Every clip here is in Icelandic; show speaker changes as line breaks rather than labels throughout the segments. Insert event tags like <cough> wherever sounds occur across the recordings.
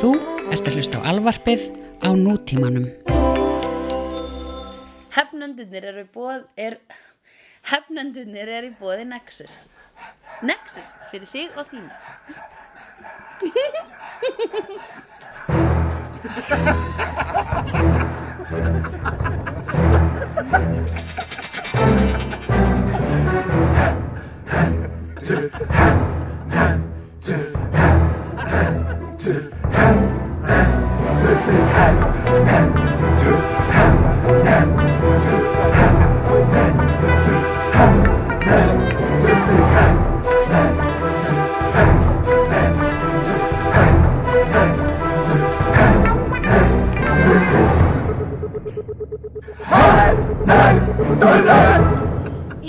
Þú ert að hlusta á alvarpið á nútímanum.
Hefnendunir eru í bóð er, Hefnendunir eru í bóði Nexus Nexus fyrir þig og þína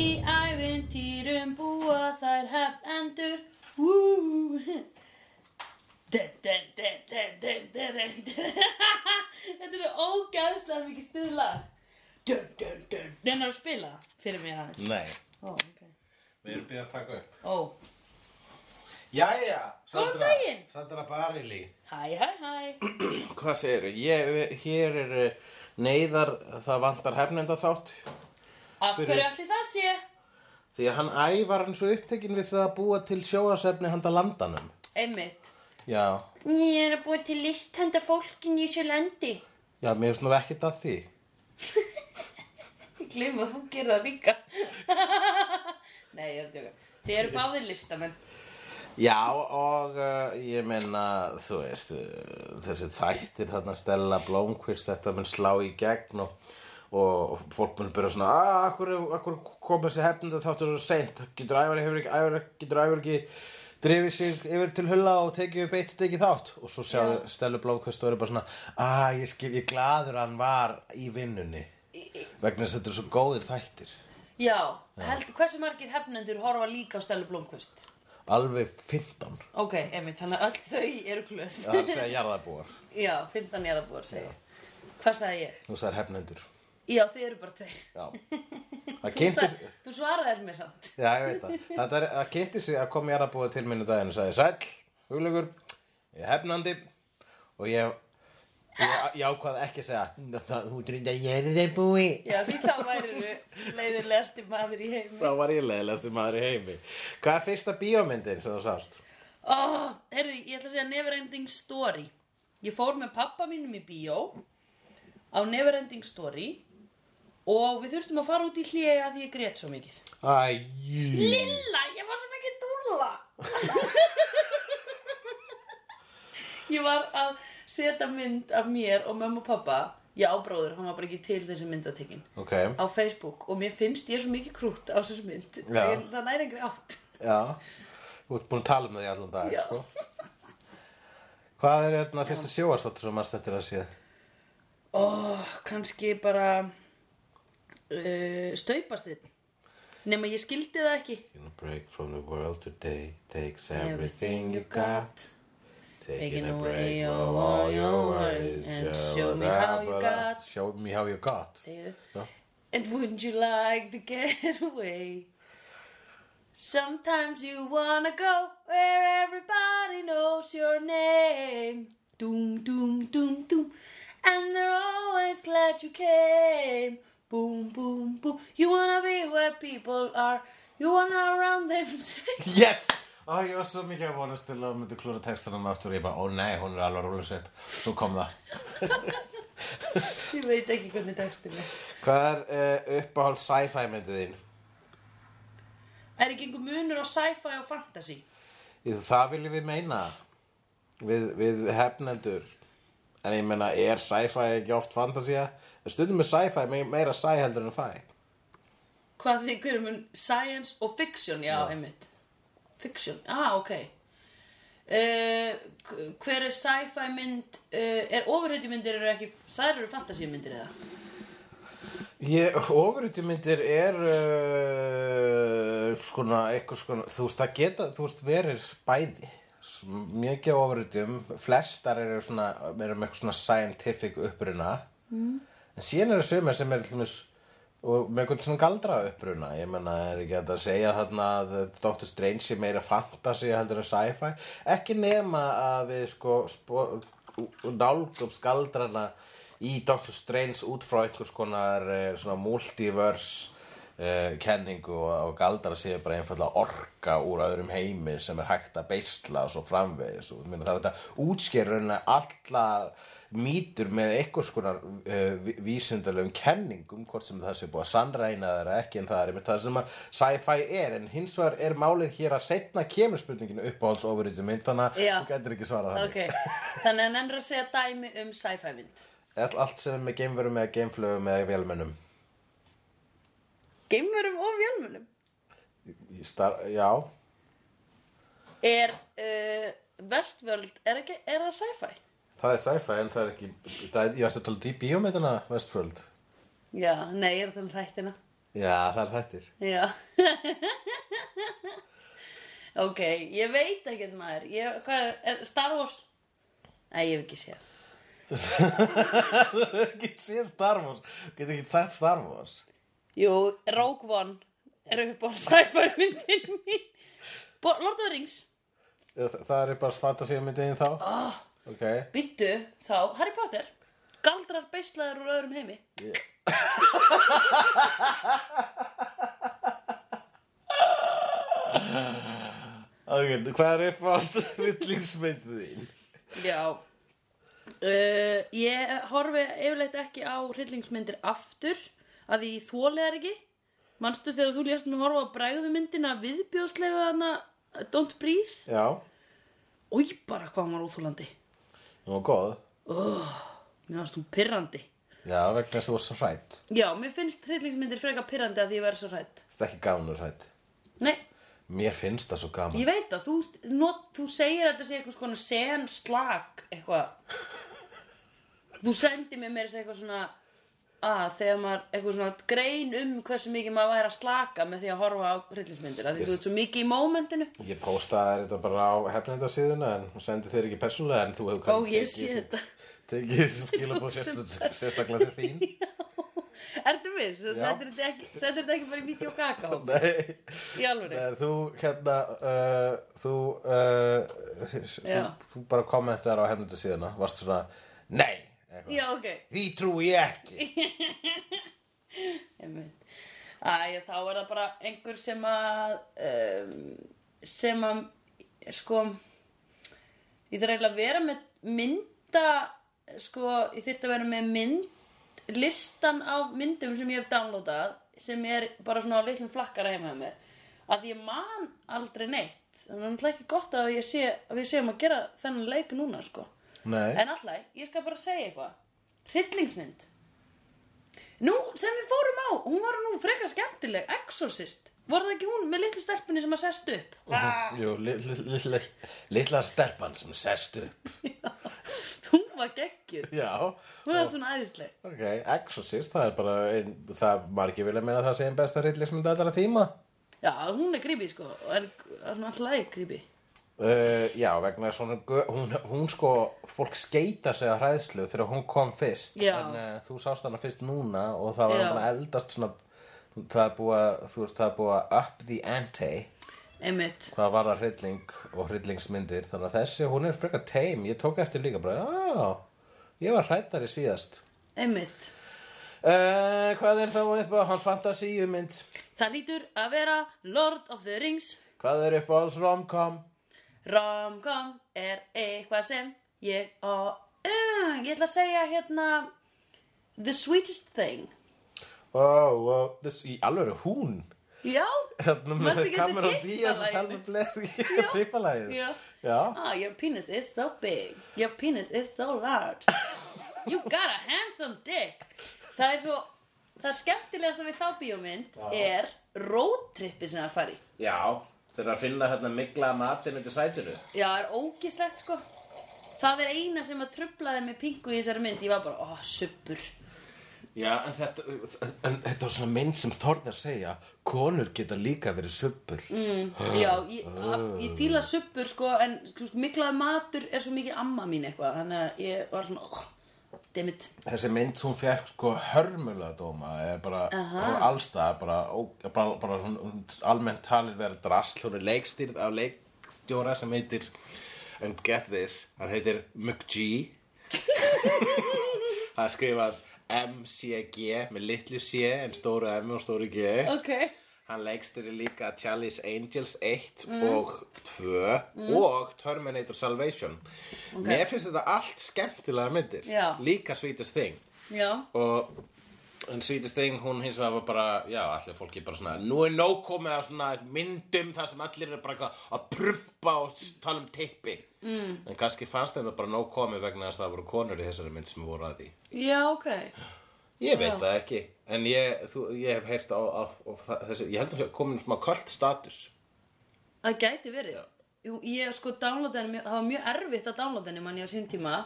Í ævintýrum búa þær hefnendur Woo. Dun, dun, dun, dun, dun, dun, dun, dun. Þetta er svo ógæðslega mikið stuðla Dun, dun, dun Nennar að spila fyrir mig aðeins
Nei,
Ó, ok
við erum byrjað að taka upp
Ó,
Jæja, Sandra
Góðan daginn.
Sandra Barili
hæ, hæ, hæ
Hvað segirðu? Ég, hér er eh, neyðar, það vantar hefnenda þátt
Af
Fyrir-
hverju allir það sé?
Því að hann ævar hann svo upptekinn við það að búa til sjóasefni handa landanum
Einmitt
Já,
Ég er að búa til list handa fólkin í þessu landi
já, mér finnst nú ekkert að því
Ég gleym að þú gerir það líka <laughs> Nei, ég er að tjóka Þið eru báðir listamenn
Já, og uh, ég meina, þú veist, uh, þessi þættir þarna Stella Blómquist, þetta mun slá í gegn og, og, og fólk mun byrja svona, "Ah, að, akkur, akkur kom þessi hefnda þáttur og seint, getur ævar, hefur ekki, ævar, getur ævar ekki drifið sig yfir til hulla og tekið upp eitt stegi þátt og svo sjáðu Stella Blómquist og eru bara svona, að, ég skil, ég er gladur að hann var í vinnunni, vegna þess að þetta eru svo góðir þættir,
Já, held, hversu margir hefnendur horfa líka á Stella Blómkvist?
alveg 15,
Ok, einmitt, þannig að öll þau eru glöð
það er að segja jarðarbúar,
Já, 15 er að búa að segja Hvað sagði ég?
þú sagðir hefnendur.
Já, þið eru bara tveir <laughs>
Já, það
Þú,
kynnti
sagði, þú svaraði mér samt
Já, ég veit það Þetta er, það kynnti sig að kom ég að búa til minni daginn og sagði sæll, huglegur ég er hefnandi og ég, ég, ég ákvað ekki að segja það, þú drýndi að ég er þeir búi
Já, því þá væriru leiðilegasti maður í heimi
Þá var ég leiðilegasti maður í heimi Hvað er fyrsta bíómyndin sem þú sást?
Ó, herðu, ég ætla að segja Neverending Story Ég fór með pappa mínum í bíó á Neverending Story og við þurftum að fara út í hléa því ég grét svo mikið
Æjú
Lilla, ég var svo mikið dúlla Ég var að setja mynd af mér og mömmu og pappa Já, bróður, hann var bara ekki til þessi myndatekin
Ok,
á Facebook og mér finnst ég svo mikið krútt á þessari mynd
Já.
Ég- það næri engri átt
já Þú ert búin að tala um það í allan dag
Já.
sko. Hvað er hérna fyrsta sjóarstáttur sem maður stættir að sé?
Ó, kannski bara uh, staupastinn. Nefn að ég skildi það ekki.
Gonna break from the world today Takes everything you got Taking a break from all your worries
And show me how you got.
Show me how you got
Þegar-
Já.
And wouldn't you like to get <laughs> away? Sometimes you wanna go where everybody knows your name. Doom, doom, doom, doom. And they're always glad you came. Boom, boom, boom. You wanna be where people are. You wanna around them. <laughs>
Yes! Ó, ég var svo mikið að vonast til að myndi klúra textanum aftur og ég bara, ó nei, hún er alveg að rúla sér upp Svo kom það
Ég veit ekki hvernig textin er.
Hvað er uh, uppáhald sci-fi myndið þín?
Er ekki einhver munur á sci-fi og fantasy?
Ég- Það viljum við meina Við, við hefnendur En ég meina, er sci-fi ekki oft fantasía? En Stundum er sci-fi me- meira sci heldur en fi
Hvað þið, hver er mun science og fiction, já, einmitt. Fiction, ah, ok. Uh, hver er sci-fi mynd, uh, er ofurhautumyndir eru ekki, sær eru fantasíumyndir eða?
Ég, ofurutjumyndir er uh, skona, eitthvað skona, þú veist, það geta, þú veist, verir bæði. S- Mikið af ofurutjum, flestar eru svona, eru með eitthvað svona scientific uppruna. Mm. En síðan eru sumar sem eru hljumis, og með eitthvað svona galdra uppruna. Ég menna, er ekki hægt að segja þarna að Dr. Strange sé meira fantasy heldur en sci-fi. Ekki nema að við, sko, spo, nálgum skaldrana í Dr. Strange út frá einhvers konar eh, svona multiverse uh, kenningu og, og galdra séu bara einfallega orka úr öðrum heimi sem er hægt að beisla og svo framvegis og minna, það er þetta útskýrun að allar mýtur með einhvers konar uh, vísindalegum kenningum hvort sem það sé búið að sannræna þeirra ekki en það er einmitt það sem að sci-fi er en hins vegar er málið hér að setna kemur spurningin uppáhalds ofurítið mynd þannig að
Já.
þú gætir ekki svarað þannig
Ok, <laughs> þannig að nennir að segja dæmi um sci-fi mynd.
All, allt sem er með geimverum eða geimflögum eða vélmennum
Geimverum og vélmunum.
Í star, já,
Er uh, Westworld, er, ekki, er það sci-fi?
það er sci-fi en það er ekki það er, ég ætti að tala í bíómyndina Westworld
Já, nei, ég er það um þættina.
já, það er <laughs> þættir
Já. <laughs> ok, ég veit ekkert maður. Ég, hvað er, er Star Wars? Nei, ég hef ekki séð.
þú hefur ekki séð Star Wars þú getur ekki sagt Star Wars
Jú, Rogue One er upp á sci-fi myndin mín. Bo- Lord of the Rings,
Já, þa- það er bara fantasíumyndin þá oh.
Ah.
ok
byttu þá Harry Potter. Galdrar beislaður úr öðrum heimi.
ok, hvað er upp á <laughs> rillingsmyndin þín
Já uh, Ég horfi yfirleitt ekki á hryllingsmyndir aftur að því þólegar ekki Manstu þegar þú lést mig horfa á bregðumyndina viðbjóðslega hana uh, Don't Breathe
já,
Új bara hvað hann var óþúlandi
hún var góð
Mér fannst hún pirrandi
já, vegna þess að þú var svo hrætt
Já, mér finnst hryllingsmyndir freka pirrandi að því ég verð svo hrætt
það er ekki gaman hrætt
Nei,
mér finnst það svo gaman
ég veit að þú, not, þú segir að þetta sé eitthvað svona sen slag eitthvað Þú sendir mér meira að segja eitthvað svona að þegar maður eitthvað svona grein um hversu mikið maður væri að slaka með því að horfa á hryllingsmyndir að því þú ert svo mikið í mómentinu
Ég postaði þér þetta bara á hefnendarsíðuna en sendi þér ekki persónulega en þú hefur
Ó, ég sé
tekið
þetta.
þessi- tekið þessi
<laughs>
skilabóð sérstaklega til þín
um Ertu viss? Þú
Já.
setur þetta ekki, setur þetta ekki bara í vídeo og kaka hóp
Nei,
í alvöru
Nei, þú hérna uh, þú, uh, þú,
Já.
þú bara kommentar á hefnendarsíðuna varstu svona, nei eitthvað.
Já, ok
því trúi ég ekki
Einmitt. Æ, þá er það bara einhver sem að um, sem að sko ég þarf eiginlega að vera með mynda sko, ég þyrfti að vera með mynd listan af myndum sem ég hef downloadað sem er bara svona á litlum flakkara heima hjá mér að ég man aldrei neitt þannig að það er ekki gott að, ég sé, að við séum að gera þennan leik núna sko
Nei,
En alltaf, ég skal bara segja eitthvað. Hryllingsmynd. Nú, sem við fórum á, hún var nú frekar skemmtileg, Exorcist. Var það ekki hún með litlu stelpunni sem að sest upp? <laughs> Ah,
jú, li- li- litla litla stelpan sem sest upp
hún var geggjuð.
Já,
Hún var svona æðisleg.
ok, Exorcist það er bara, ein, það margir vilja meina að það sé einn besta rillismynd allra tíma
Já, hún er grípi, sko. En hún alltaf er grípi.
Uh, já, vegna svona, gö- hún, hún sko, fólk skeita sig að hræðslu þegar hún kom fyrst
Já.
En uh, þú sást hana fyrst núna og það var
Já.
hann að eldast svona, það er búið að, þú veist, það er búið að up the ante
Einmitt.
Hvað var það hrylling og hryllingsmyndir, þannig að þessi, hún er frekar teim, ég tók eftir líka bara, já, ég var hrættari síðast
Einmitt.
uh, Hvað er þá upp á hans fantasíumynd?
Það lítur að vera Lord of the Rings.
Hvað er upp á hans romcom?
Romcom er eitthvað sem ég og... Uh, ég ætla að segja hérna... The Sweetest Thing.
Ó, ó, þess, í alveg hún
Já,
Hérna
Manstu
með
ekki
Cameron
eftir
Diaz og
tippalaginu?
Selma Blair í tippalæðið.
Já.
Já.
Oh, your penis is so big. Your penis is so large. You got a handsome dick. Það er svo, það skemmtilegasta við þá bíómynd er roadtrippi sem það fari.
Já, þeir að finna hérna mikla matinn undir sætinu.
Já, það er ógislegt sko. Það er eina sem að trublaði með pingu í þessari mynd. Ég var bara, oh, suppur.
Já, en þetta, en þetta var svona mynd sem þorði að segja, konur geta líka verið subbur. Mm.
Já, ég, að- ég fíla suppur sko, en sko, miklaði matur er svo mikið amma mín eitthvað. Þannig að ég var svona, oh, dammit.
Þessi mynd hún fekk sko hörmulega dóma, er bara,
Aha.
uh allstað, bara, ó, bara, bara hún, hún, almennt talið verið drasl, hún er
<laughs>
leikstýrð af leikstjóra sem heitir, and get this, hann heitir McGee. það er skrifað MCG með litlu C en stóru M og stóru G
Ok,
Hann leikstýri líka Charlie's Angels 1
Mm.
og 2 og Terminator Salvation. Mér finnst þetta allt skemmtilega myndir.
Já.
Líka Sweetest Thing.
já
Og en Sweetest Thing, hún hins vegar var bara, já, allir fólki bara svona, nú er nóg komið af svona myndum þar sem allir eru bara eitthvað að prumpa og s- tala um tippi. Mm. En kannski fannst þeim það bara nóg komið vegna þess að það voru konur í þessari mynd sem voru að því.
Já, ok
Ég veit það ekki, en ég, þú, ég hef heyrt á, á, á það- þessi, ég held að það sé komin svona kvöld status.
Það gæti verið Jú, ég sko downloadaði henni, mjög- það var mjög erfitt að downloada henni mann ég á sín tíma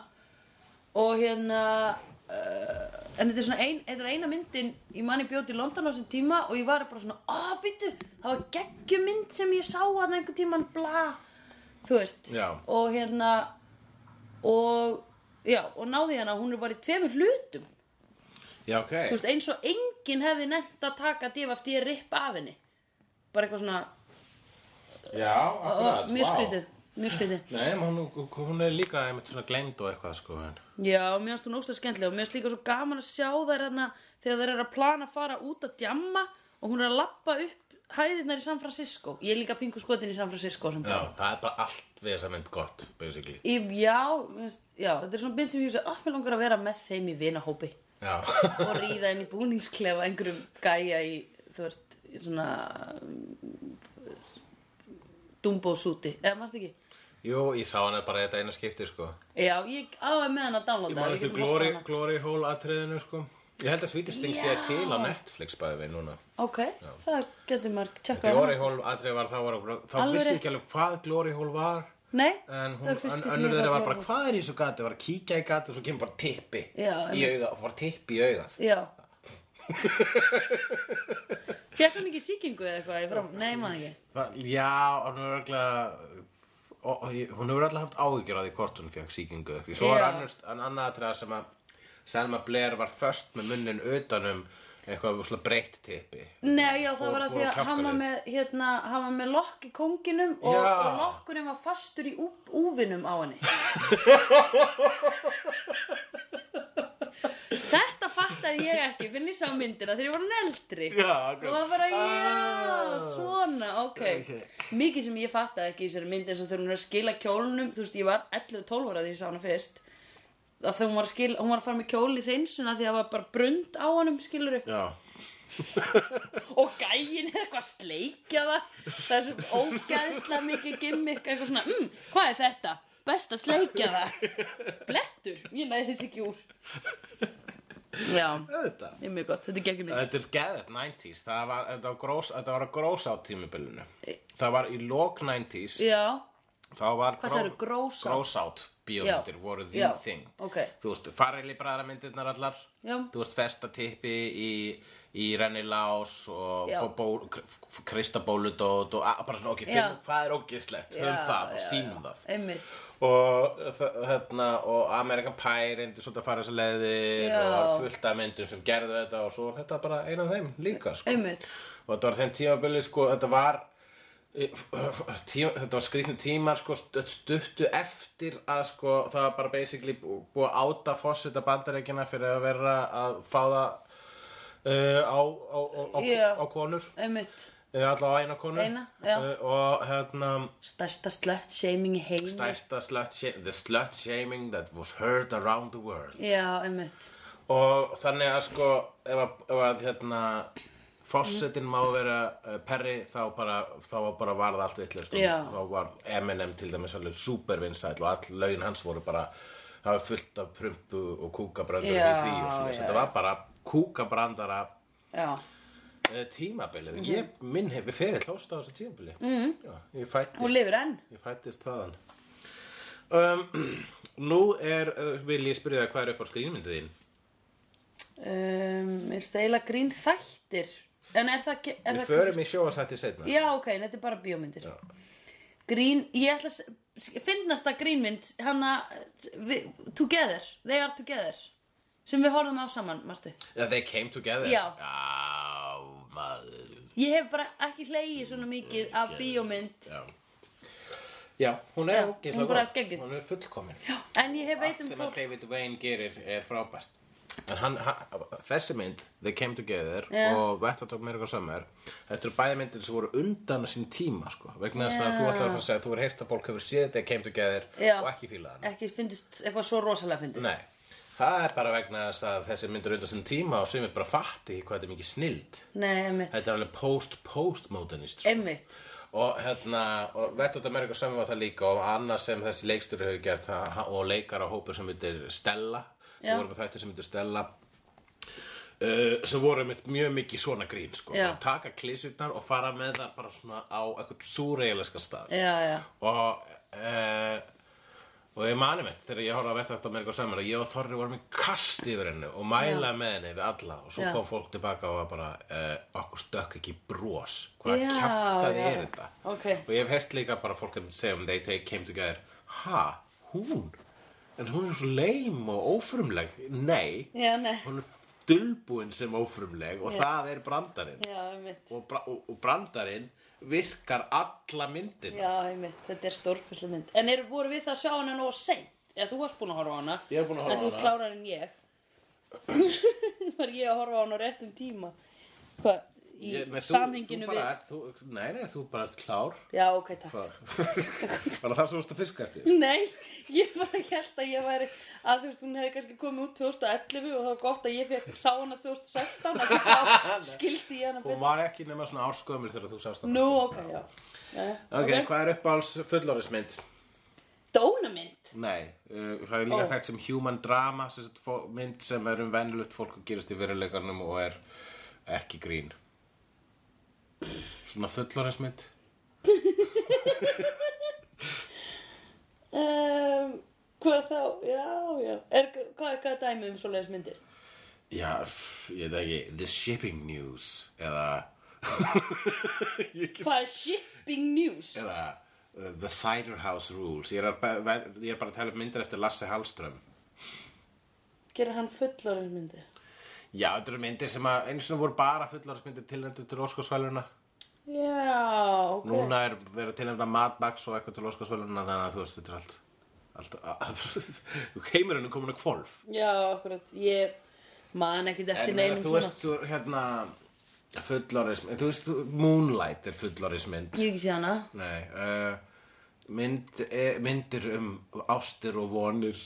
og hérna uh, en þetta er svona ein, þetta er eina myndin ég manni bjóti í London á þessum tíma og ég var bara svona, að býtu það var geggjumynd sem ég sá hann einhvern tíman bla, þú veist
Já.
og hérna og, já, og náði hérna hún er bara í tveimur hlutum
Já, ok.
þú veist, eins og enginn hefði nefnt að taka DFD ripp af henni bara eitthvað svona
Já, akkurat,
og, mjög
vá.
skrítið, mjög skrítið
Nei, en hún, hún er líka einmitt svona glemd og eitthvað, sko. En.
Já, mér finnst hún óslega skemmtilega og mér finnst líka svo gaman að sjá þær hérna þegar þær eru að plana að fara út að djamma og hún er að lappa upp hæðirnar í San Francisco. Ég er líka pingu skotin í San Francisco sem
Já, það er bara allt við þessa mynd gott, basically.
Í, já, mér finnst, já, þetta er svona mynd sem ég hugsa, að mér langar að vera með þeim í vinahópi
Já.
og ríða inn í búningsklefa einhverjum gæja í, þú veist, í svona dumbo súti, eða maður ekki.
Jú, ég sá hana bara þetta eina skipti, sko.
Já, ég áður með hann að
Ég
downloada.
man
við
eftir
getum horft á
Glory,
hana.
glory Hole atriðinu, sko. Ég held að Svítisting sé til á Netflix bæði við núna.
Ok, það getur maður tjekkað á
Glory Hole atrið var þá, var, þá
Alveg
vissi
rétt.
ég ekki alveg hvað Glory Hole var.
Nei,
En hún,
það er fyrst
ön-
ekki sem
önnur
ég
þeirra
sá
var bara,
Glory.
hvað er í þessu gati? Var að kíkja í gati og svo kemur bara tippi
Já,
í
einmitt.
augað og var tippi í augað.
Já Fekk hann ekki sýkingu eða eitthvað í fram? Nei, maður ekki
Það- Já, hún hefur alltaf hún hefur alltaf haft áhyggjur að því hvort hún fekk sýkingu eða eitthvað. Svo var
Já.
annars, en annað aðtrað sem að Selma Blair var först með munnin utanum eitthvað svona breytt tippi.
Nei, já, það
Og
var að
fór
því
á
að hann var
kjálkalið.
með, hérna, hann var með lokk í konginum og,
Já.
og lokkurinn var fastur í ú, úvinum á henni. Þetta fattaði ég ekki fyrir ég sá myndina þegar ég var hann eldri.
<laughs> Já, akkurat.
Og það var bara,
Ah.
já, svona, ok.
Ok.
Mikið sem ég fattaði ekki í þessari mynd eins og þegar hún er að skila kjólunum, þú veist, ég var 11-12 ára þegar ég sá hana fyrst. Að þegar hún var að skila, hún var að fara með kjól í hreinsuna því að það var bara brund á honum, skilur
Já,
og gæin er eitthvað að sleikja það það er svo ógæðslega mikið gimmick eitthvað svona, mm, hvað er þetta? best að sleikja það blettur, ég næði þess ekki úr já,
þetta.
það er mjög gott þetta er geggjum mynd
Þetta er geðet 90s, það var, þetta var, grós, þetta var að grós á tímubilinu. Það var í lok 90s,
já,
þá var
Hvað sagðirðu, grós out?
grós át bíómyndir
Já.
voru the
Já.
thing.
Ok.
Þú veist, farreli bræðarmyndirnar allar.
Já.
Þú veist, festatippi í, í Renni Lás og
Já.
bó- bó- kr- Kristabóludót og a- bara svona, ok, finnum, hvað er ógislegt? Höfum
Já,
það
já,
og sýnum það
einmitt
og, þa- hérna, og American Pie reyndi svolítið að fara þessa leiðir
Já.
og var fullt af myndum sem gerðu þetta og svo var þetta bara eina af þeim líka sko.
Einmitt.
og þetta var þeim tímabili sko, þetta var <clears throat> tíma, þetta var skrýtni tímar sko, st- stuttu eftir að sko, það var bara basically bú- búið að áta fósita bandarækina fyrir að vera að fá það uh, á, á, á, á,
Já.
á konur
einmitt,
uh, allavega á eina konur
Eina, já.
uh, og hérna
stærsta slött shaming í heim
stærsta slut shaming, the slut shaming that was heard around the world
já, einmitt
og þannig að sko ef að, ef að hérna fósettin má vera uh, perri þá bara, þá var bara varð allt vitlega
Já.
þá var Eminem til dæmis alveg supervinsæll og all lögin hans voru bara það var fullt af prumpu og kúkabröndurum
Já,
í því og svona
já,
þetta var bara kúkabrandara
já,
uh, tímabilið
Mhm.
ég minn hefur fyrir hlóst á þessu tímabili mm -hmm. ég fættist
hún lifir enn
Ég fættist þaðan um, <clears throat> Nú er, uh, vil ég spyrja það hvað er upp á skrínmyndið þín?
um, er stæla grín þættir en er það, ekki- er
Við
það
förum í sjóarsætti setna
Já, ok, en þetta er bara bíómyndir. Grín, ég ætla að finnast að grínmynd, hana, við- together, they are together, sem við horfum á saman, marstu.
yeah. They came together
Já.
Já, maður
Ég hef bara ekki hleyið svona mikið af bíómynd
Já Já, hún
Já,
er
hún
ógeðslega
er bara
góð.
geggjuð.
Hún er fullkomin
En ég hef veit
Allt
um
sem að
fólk
David Wayne gerir er frábært En hann, hann, þessi mynd, They Came Together
Já.
og Wet Hot America Summer Þetta eru bæði myndir sem voru undan að sín tíma sko, vegna þess að
Já.
þú ætlar að fara að segja að þú er heyrt að fólk hefur séð They Came Together
Já.
og ekki fílað hana
Ekki fyndist eitthvað svo rosalega fyndið
Nei, það er bara vegna þess að þessi myndir undan sín tíma og sem er bara fatti hvað þetta er mikið snild
Nei, einmitt
Þetta er alveg post-post-modernist sko.
Einmitt
Og hérna, og Vettot Amerika saman var það líka og annað sem þessi leikstur hefur gert ha- ha- og leikar á hópur sem heitir Stella
Já.
og vorum með þættir sem heitir Stella uh, sem voru með mjög mikið svona grín sko,
Já.
Bara taka klísurnar og fara með það bara svona á eitthvað súreigileska stað
Já, já
og uh, og ég mani mitt þegar ég horfði á Vettot Amerika saman að ég og Þorri vorum í kast yfir henni og mæla með henni við alla og svo
Já.
kom fólk tilbaka og var bara uh, okkur stökk ekki bros hvaða
Já,
kjaftaði
já.
er þetta
Ok.
og ég hef hert líka bara fólk að segja um they take came together ha, hún en hún er svo leim og ófrumleg nei,
Já, nei
hún er dulbúin sem ófrumleg og það er brandarinn
Já, einmitt
og, bra og, og brandarinn virkar alla myndina
Já, einmitt, þetta er stórfislega mynd En er, voru við það að sjá hana nóg seint? Eða þú varst búin að horfa á hana
Ég er búin að
En
horfa á
þú ert
hana.
klárar en ég <laughs> Nú var ég að horfa á hana á réttum tíma Hvað, í
Ég- nei, þú-
samhenginu
þú bara
við
ert, þú, Nei, nei, þú bara ert klár
Já, ok, takk <laughs>
Bara <laughs> bara það sem þú varst að fiska eftir
Nei, ég bara held að ég væri að þú veist, hún hefði kannski komið út 2011 og það var gott að ég fekk sá hana 2016 af því að
<laughs>
þá skildi ég hana
Hún
betur
var ekki nema svona árskömmur þegar þú sást hana.
Nú, ok, já, já
Ok, hvað er uppáhalds fullorðismynd?
Dónamynd
Nei, uh, það er líka
Ó.
þekkt sem human drama sem sagt, fó- mynd sem er um venjulegt fólk og gerist í veruleikanum og er ekki grín Svona fullorðismynd
um, Hvað þá, já, já er, Hvað er hvað er dæmi um svoleiðis myndir?
Já, pff, ég veit ekki The Shipping News eða Ég get-
Hvað er shipping news?
eða uh, The Cider House Rules ég er, að, be- ver- ég er bara að tala um myndir eftir Lasse Hallström
Gerir hann fullorinn myndir?
Já, þetta eru myndir sem að einu svona voru bara fullorðismyndir tilnæmdu til Óskarsvæluna
Já, ok
Núna er verið að tilnæmda Mad Max og eitthvað til Óskarsvæluna þannig að þú veist, þetta er allt Allt, <laughs> að- þú keimur henni komin að kvolf
Já, akkurat, ég man ekkit eftir
En meina,
neinum
þú
svona
veist, þú, hérna fullorðismynd, þú veist, þú- Moonlight er fullorðismynd
Ég hef ekki sé hana
Nei, uh, mynd, eh, myndir um ástir og vonir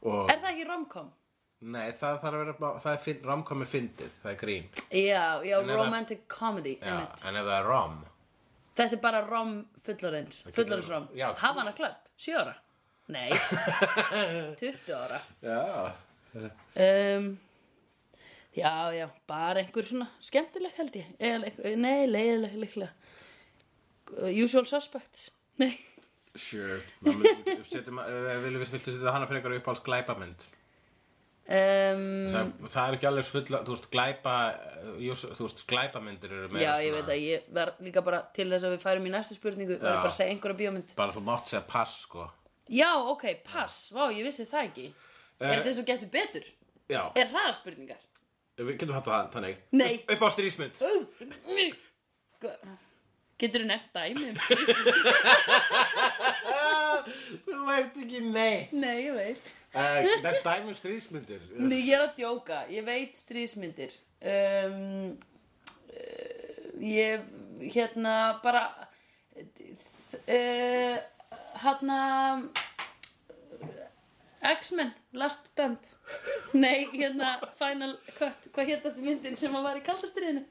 og
Er það ekki romcom?
Nei, það þarf að vera, bara- það er finn, romkom er fyndið, það er grín.
Já, já,
ef það-
romantic comedy
Já,
einmitt.
en ef það er rom,
Þetta er bara rom fullorins Fullorins rom
já.
Havana Club, 7 ára
<laughs>
Nei 20 ára
já,
um, Já, já, bara einhver svona skemmtileg held ég Eða, leik- Nei, leiðileg líklega Uh, Usual Suspects Nei,
sure, Þá myndum- setjum að- eh, viljum við viltu setja hana frekar upp alls glæpamynd.
um,
Það, það er ekki alveg fulla, þú veist, glæpa, eh, jú- þú veist, glæpamyndir eru meira
Já, ég veit að ég var líka bara til þess að við færum í næstu spurningu var
Já.
ég bara að segja einhverja bíómynd
Bara þú mátt segja pass, sko.
Já, ok, pass, vá, ég vissi það ekki Er þetta eins og getur betur?
Já,
Er það spurningar?
við getum hatt það þannig.
Nei.
Upp, upp á strísmynd.
Getur þú nefnt dæmi? um-
Þú veist ekki nei.
Nei, ég veit
Uh, Nefn dæmum strísmyndir.
Nei, ég er að djóka, ég veit stríðsmyndir um, uh, Ég, hérna, bara uh, Hérna X-Men, Last Stand Nei, hérna, Final Cut Hvað hétastu myndin sem að var í kaldastriðinu?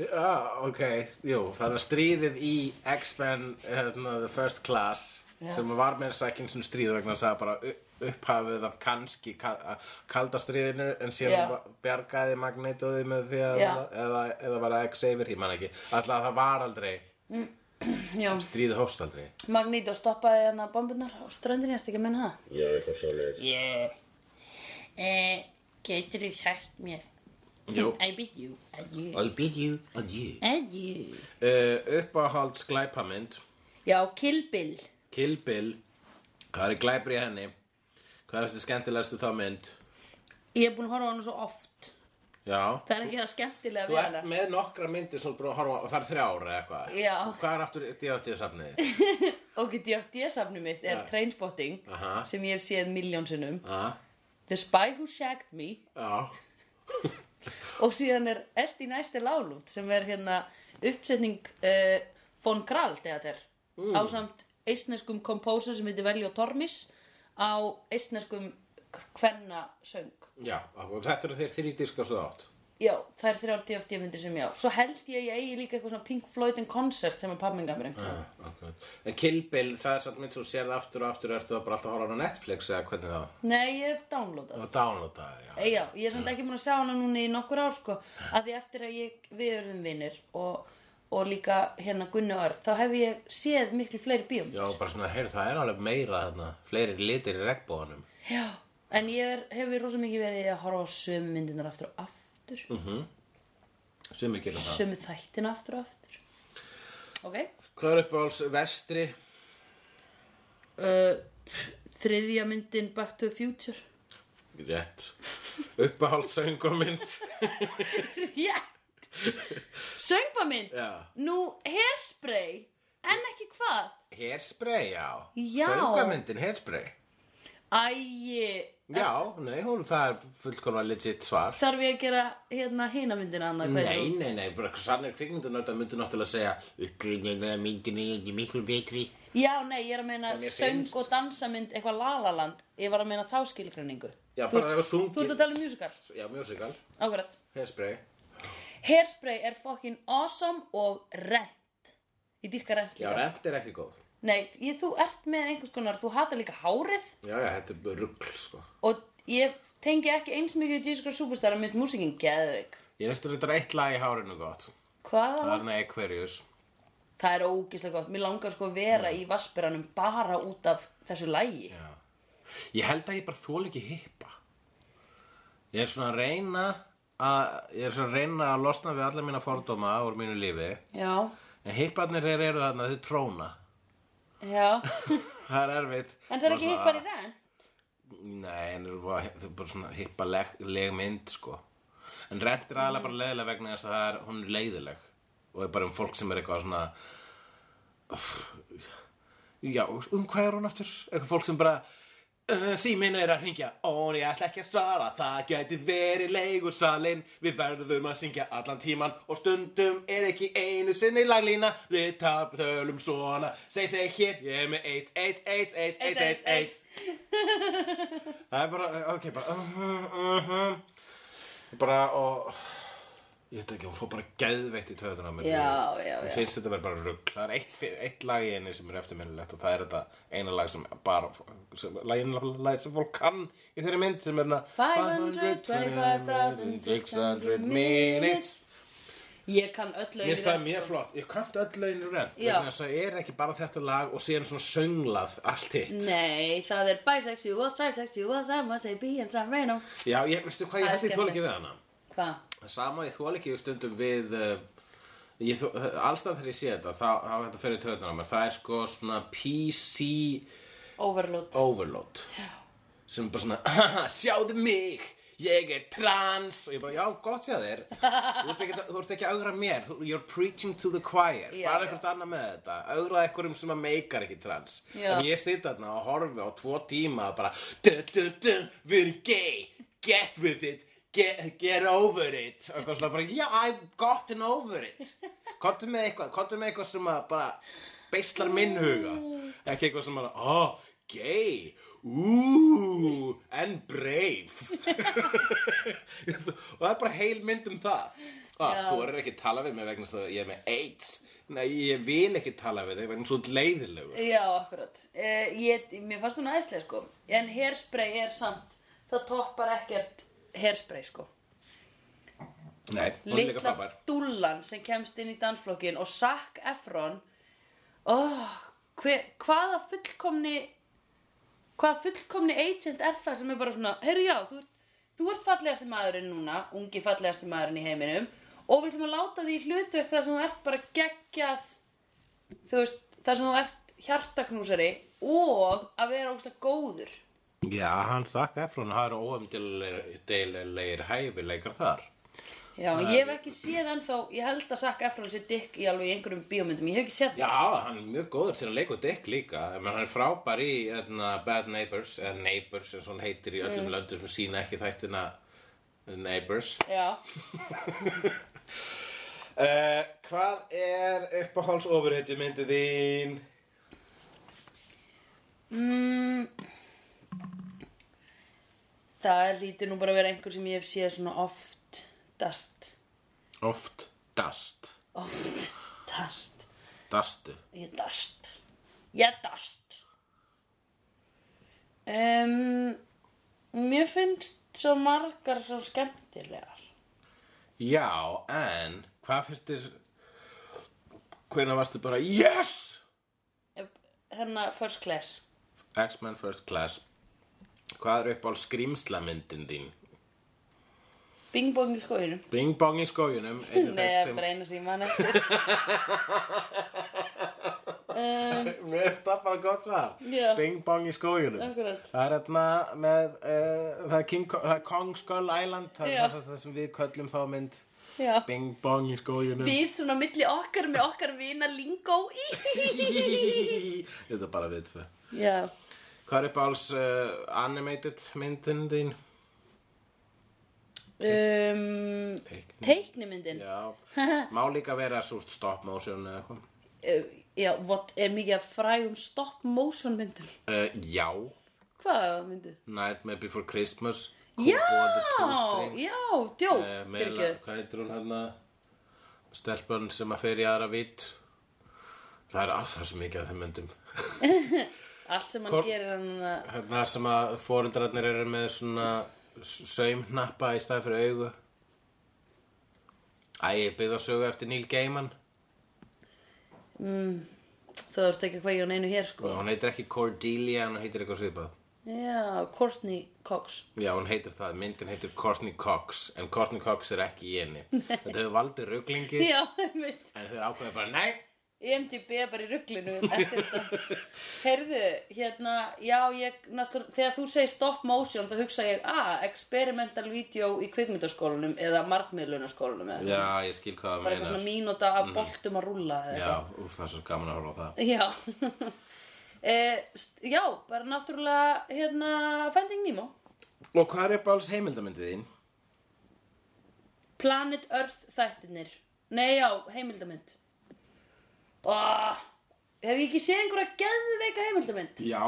Já, ok, jú, það er stríðið í X-Men, hérna, The First Class
Já.
sem var með sækinn sem stríð vegna þess að bara u- upphafið af kannski kal- að kalda stríðinu
Já.
en síðan ba- bjargaði Magnetoði með því að
Já.
eða, eða var að Xavier, ég man ekki alltaf að það var aldrei,
Já,
stríðið hófst aldrei
Magneto stoppaði hérna bombunar á ströndinni, ertu ekki að menna það?
Já, eitthvað svo leið
Yeah. Uh, getur þú sagt mér?
Jú,
I bid you. Adieu.
I bid you, adieu
Adieu.
uh, Uppáhalds glæpamynd
Já, Kill Bill.
Kill Bill, hvað er glæpur í henni? Hvað er þetta skemmtilegstu þá mynd?
Ég er búin að horfa á hana svo oft.
Já
Það er ekki það skemmtilega
Þú
við
ert
hana
með nokkra myndir sem þú er búin að horfa á og það er þrjár eða eitthvað
hérna. Já.
Hvað er aftur DFT-safnið?
Ok, DFD-safnum mitt er
Já.
Trainspotting
Aha.
sem ég hef séð miljónsinnum
ah,
The Spy Who Shagged Me
já,
og síðan er Esti næsti lálút sem er hérna uppsetning uh, von Krall teater mm. á samt eistneskum kompósar sem heitir Veljó Tormis á eistneskum hvenna söng
já, og þetta eru þeir þrý diskar svo átt
Já, það er þrjár DFD myndir sem já Svo held ég að ég eigi líka eitthvað svona Pink Floyd en concert sem að pamminga mér einhvern
okay. Ah, En Kill Bill, það er samt mynd sem þú sérð aftur og aftur ertu það bara alltaf að horfa á hana á Netflix eða hvernig það
Nei, ég hef downloadað
og downloada það, já
Eh, Já, ég er samt ekki múin að sjá hana núna í nokkur ár sko, að því eftir að ég, við erum vinnir og, og líka hérna Gunni Örn, þá hef ég séð miklu fleiri bíum.
Já, bara svona, heyrðu, það er alveg meira þarna fleiri litir í regnbóðanum
en ég er, hef við rosa mikið verið að horfa á sömu myndinar aftur og aftur,
Mhm. Sumi gilum það
sömu þættina aftur og aftur. Ok,
Hvað er upp áls vestri? Eh,
uh, þriðja myndin Back to the
<laughs>
Future.
Rétt Uppáhaldssöngumynd
Yeah! Söngva mynd,
Já.
nú hairspray, en ekki hvað?
Hairspray, já
Já.
Söngumyndin Hairspray
Æi,
Já, nei, hún, það er fullkomlega legit svar
þarf ég að gera hérna hina myndina annað hvað heitir
Nei,
hún?
nei, nei, bara eitthvað sannir kvikmyndunöfn það myndi náttúrulega segja Uppgrunnaða myndin er ekki miklu betri
Já, nei, ég er að meina
Sem mér
söng
finnst.
og dansamynd eitthvað lalaland Ég var að meina þá skilgreiningu
Já,
Þú
bara ef að sungi-
Þú ert að tala um musical,
Já, musical,
ákvært
hairspray
Hairspray er fucking awesome og rent Ég dýrka rent
Já,
líka
rent er ekki góð
Nei, ég, þú ert með einhvers konar, þú hatar líka hárið
Já, já, þetta er rugl, sko
Og ég tengi ekki eins mikið við Jesus Christ Superstar að minnst músikinn geðveik
Ég veist að þetta er eitt lag í hárinu gott
Hvað?
Það er neða Aquarius
Það er ógislega gott, mér langar sko að vera í vaspiranum bara út af þessu lægi
Já. Ég held að ég bara þól ekki hippa. Ég er svona að reyna að, ég er svona að reyna að losna við alla mína fordóma úr mínu lífi.
Já,
En hipparnir er, eru þarna, þau tróna.
já
Það er erfitt.
En það er ekki hippar í rent
Nei, en þau eru bara- þau eru bara svona hippaleg leg mynd, sko. En rent er aðalega bara leiðileg vegna þess að það er, hún er leiðileg. Og er bara um fólk sem er eitthvað svona, já, um hvað er hún aftur? Eitthvað fólk sem bara uh, Síminn er að hringja, ó, ég ætla ekki að svara Það gæti verið leigursalinn Við verðum að syngja allan tíman Og stundum er ekki einu sinni laglína Við tap- tölum svona Seg, seg, hér, ég er með AIDS, AIDS, AIDS, AIDS, AIDS, AIDS, AIDS Það er bara, ok, bara uh, uh, uh, uh. Bara, og Ég veit ekki, hún fór bara geðveitt í töðuna mér
Já, já,
Mér
já.
finnst þetta verið bara rugg Það er eitt, eitt lag í henni sem er eftirminnilegt og það er þetta eina lag sem bara sem, lagin, lag sem fólk kann í þeirri mynd sem er hérna
525,600 minutes Ég kann öll
Mér
lögin
finnst það mjög flott Ég kant öll lögin í rent
Já.
vegna þess að er ekki bara þetta lag og síðan svona sönglað allt
Mm.
hitt
Nei, það er bisexual, trisexual, some must say be and some random
Já, ég veistu hvað
Það
ég
er
held ég
skemmtilegt.
þól ekki við hana
Hva?
Það sama ég þól ekki stundum við uh, ég, þo- allstað þegar ég sé þetta þá, þá þetta fyrir töðunar á mér það er sko svona PC
Overload
overload sem bara svona, "Haha, sjáðu mig ég er trans og ég bara, já, gott ég að þér þú ert ekki, þú ert ekki að augra mér Þú- you're preaching to the choir
Já,
fara
já.
eitthvað annað með þetta, augra einhverjum sem að meikar ekki trans
Já.
en ég sit þarna og horfi á tvo tíma og bara, dun, dun, dun, við erum gay get with it get, get over it og eitthvað svona bara, já, I've gotten over it kottu með eitthvað, kottu með eitthvað sem að bara beislar minn huga ekki eitthvað sem að, ó, gay úúú en brave <laughs> og það er bara heil mynd um það ah,
Já.
þú er ekki að tala við mig vegna þess að ég er með AIDS nei, ég vil ekki tala við þig vegna svo leiðilegu
Já, akkurat uh, ég, Mér fannst hún æðslega sko En hairspray er samt Það toppar ekkert hairspray sko
nei, hún er líka
Litla
frábær
dúllan sem kemst inn í dansflokkin Og Zac Efron oh, hver, Hvaða fullkomni Hvaða fullkomni agent er það sem er bara svona Herru já, þú, ert- þú ert fallegasti maðurinn núna Ungi fallegasti maðurinn í heiminum Og við ætlum að láta því hlutverk þar sem þú ert bara geggjað Þú veist, þar sem þú ert hjartaknúsari Og að vera ógstlega góður
já, hann þakka eftir hún það eru óumdeilegir hæfileikar þar
Já, ég hef ekki séð ennþá, ég held að Zac Efron sé Dick í alveg í einhverjum bíómyndum, ég hef ekki séð það.
Já, hann er mjög góður til að leika Dick líka en hann er frábær í etna, Bad Neighbors eða Neighbors eins og hann heitir í öllum löndum sem sína ekki þættina uh, Neighbors
Já,
uh, Hvað er uppáháls ofurhetju myndið þín?
það lítur nú bara að vera einhver sem ég hef séð svona oftast,
Oft Dust
oftast,
Dustu
ég dast, ég dast. Um, mér finnst svo margar svo skemmtilegar.
Já, en hvað finnst þér hvenær varstu bara Yes!
Hérna, first class.
X-Men First Class Hvað er uppáháls skrýmsla myndin þín?
Bing bong í skóinum.
Bing bong í skójunum
Nei, það er bara einu sem ég man eftir.
<laughs> Mér finnst það bara gott svar
Já.
Bing bong í skójunum
Akkurat.
Það er hérna með uh, það, er King, Kong- það er Kong Skull Island Það
Já.
er það, það sem við köllum þá mynd
Já.
Bing bong í skójunum
Við svona milli okkar með okkar vina lingó í.
<laughs> Þetta er bara við tvö
<laughs> Já.
Hvað er upp alls uh, animated myndin þín?
Um,
Teikn
teiknimyndin. Já.
Já, má líka vera súst stop motion eða eitthvað
Eh, já, what er mikið að frægum stop motion myndum? <laughs>
uh, Já,
Hvað myndu?
Nightmare Before Christmas
Já,
Kubo and the Two Strings.
já, djó,
Eh,
uh,
meila- Hvað heitir hún hérna Stelpan sem að fer í aðra vitt Það er alltaf svo mikið af þeim myndum
Allt sem hann
Kor-
gerir hann eh, að...
Hérna sem að foreldrarnir eru með svona saumhnappa í stað fyrir augu Æ, ég byggði að sögu eftir Neil Gaiman
Þú veist ekki hvað ég hann einu hér, sko.
og hún heitir ekki Cordelia en hún heitir eitthvað svipað
Já, Courtney Cox. <laughs>
Já, hún heitir það, myndin heitir Courtney Cox en Courtney Cox er ekki í
<laughs>
henni Þetta hefur valdið ruglingi
Já, E mynd.
en þau ákveðu bara, nei,
IMDB er bara í rugglinu eftir
<laughs>
þetta. Heyrðu, hérna, já, ég, náttúrulega, þegar þú segir stop motion, þá hugsa ég, ah, experimental video í kvikmyndaskólanum eða markmiðlunaskólanum eða eitthvað.
Já, ég skil hvað það
bara eitthvað
meinar
svona mínúta af boltum að rúlla eða
Já, úf, það er svo gaman að horfa á það
Já. <laughs> e, já, bara náttúrulega, hérna, Finding Nemo.
Og hvað er upp alls heimildamyndið þín?
Planet Earth þættirnir. Nei, já, heimildamynd. Oh, hef ég ekki séð einhverja geðveika heimildamynd?
Já,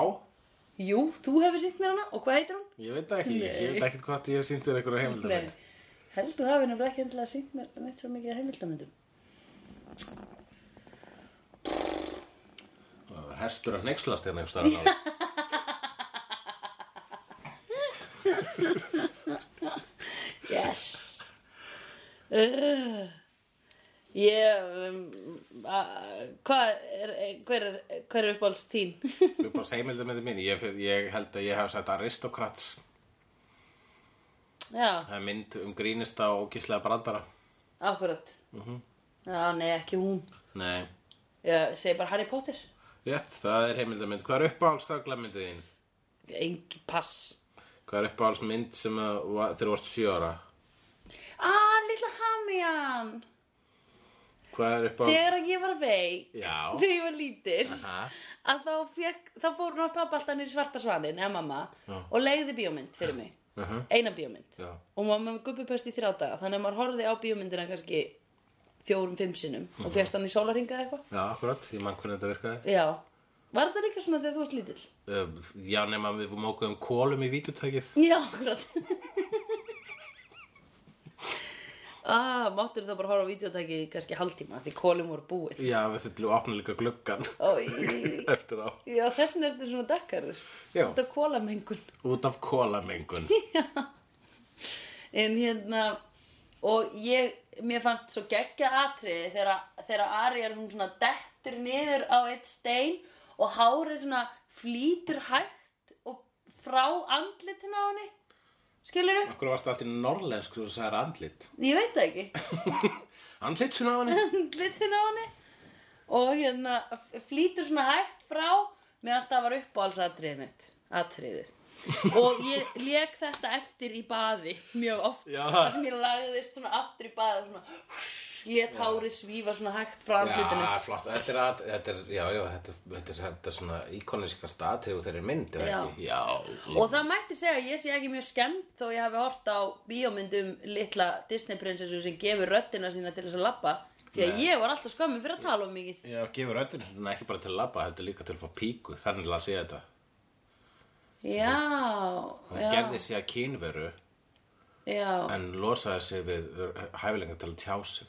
Jú, þú hefur sýnt mér hana og hvað heitir hún?
ég veit það ekki,
Nei.
ég veit ekkert hvað ég hef sýnt þér einhverja heimildamynd
held þú hafi nefnilega ekki endilega sýnt mér neitt svo mikið af heimildamöndum.
Það var hestur að hneykslast hérna einhvers staðar <laughs> nálægt.
Yes! uh, ég, um, a- hvað er, hver er, hver er uppáhalds þín?
Upp alls heimildamyndið mín, ég, ég held að ég hef sagt Aristocrats
Já,
Það er mynd um grínista og ógíslega brandara
akkurat.
Mhm.
Já, nei, ekki hún.
Nei,
Ég segi bara Harry Potter.
rétt, það er heimildamynd Hvað er upp alls þaglamyndið þín?
Engi pass.
Hvað er upp alls mynd sem að- var- þegar þú varst sjö ára?
Ah, litla hamiðan!
Hvað er upp alls?
Þegar ég var veik,
Já.
<laughs> þegar ég var lítil.
Ha?
að þá, fekk, þá fór hún að pappa alltaf niður í svarta svanin eða mamma og leiði bíómynd fyrir mig
Mhm.
eina bíómynd
Já.
og maður með gubbupest í þrjá daga þannig að maður horfði á bíómyndina kannski fjórum, fimm sinnum
Mhm.
og fegst hann í sólarhinga eða eitthvað
Já, akkurat, ég mann hvernig þetta virkaði
já, var þetta líka svona þegar þú varst lítill?
Uh, já, nema við mókuðum kólum í vítutækið.
já, akkurat <laughs> ah, máttur þá bara horfa á videotæki í kannski halvtíma því kólum voru búið
Já, við þurfum að opna líka gluggan
Ói.
<laughs> eftir á.
já, þessin er þetta svona dekkarður
Já,
þetta kólamengun
út af kólamengun.
<laughs> En hérna, og ég, mér fannst svo geggja atriði þegar, þegar Ari er hún svona dettur niður á eitt stein og hárið svona flýtur hægt og frá andlitin á henni. Skilur þú?
Akkur varst allt í norlensk þú sagði andlit.
Ég veit það ekki.
Andlit svona
<laughs>
á henni?
Andlitin á henni. Og hérna, f- flýtur svona hægt frá meðan það var uppáhalsatriðið mitt. Atriðið. og ég lék þetta eftir í baði mjög oft
Já.
þar sem ég lagðist svona aftur í baði og svona lét hárið svífa svona hægt frá andlitinu
Já, flott, þetta er, at, þetta er, já, já, þetta er, þetta er, þetta er svona íkoniska staðtegu þeirri mynd,
Já.
er það ekki? Já.
og það mætti segja að ég sé ekki mjög skemmt þó ég hafi hort á bíómyndum litla Disney prinsessu sem gefur röddina sína til þess að labba því að ég var alltaf skömmin fyrir að tala um mikið
Já, gefur öllur, ekki bara til að labba, heldur líka til að fá píku, þannig að segja þetta.
já,
Hún
já,
gerði sig að kynveru
já,
en losaði sig við hæfilega til að tjá sig.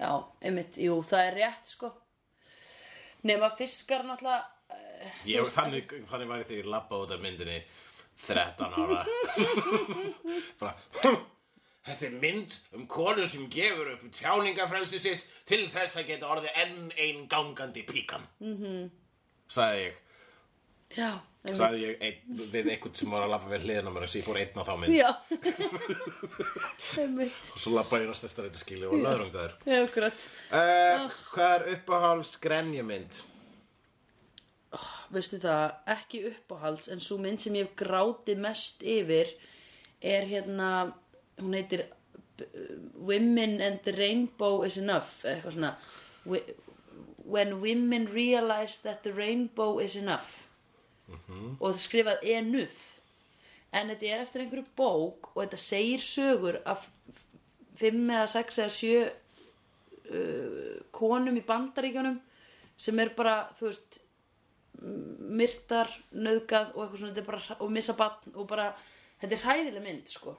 já, einmitt, jú, það er rétt sko nema fiskar náttúrulega eh, þú
Ég,
veist-
þannig, þannig var ég þegar ég labba út af myndinni
<laughs>
13 ára Bara, <laughs> Þetta er mynd um konu sem gefur upp tjáningafrelsi sitt til þess að geta orðið enn ein gangandi píkan mm
Mhm.
-hmm. Sagði ég
já, einmitt
Sagði ég ein, við einhvern sem var að labba við hliðina á mér þess að ég fór einn á þá mynd
Já <laughs> Einmitt
og svo labba ég rastastrættu skilu og löðrungaður
Já, akkurat
uh, Hvað er uppáhalds grenjamynd?
Veistu það, ekki uppáhalds En svo mynd sem ég hef grátið mest yfir Er hérna Hún heitir b- Women and the Rainbow is Enough eða Eitthvað svona Wi- When women realize that the rainbow is enough Og það skrifað enough En þetta er eftir einhverju bók Og þetta segir sögur af Fimm eða sex eða sjö uh, konum í bandaríkjunum sem er bara, þú veist myrtar, nöðgað og eitthvað svona, þetta er bara, og missa batn og bara, þetta er hræðileg mynd, sko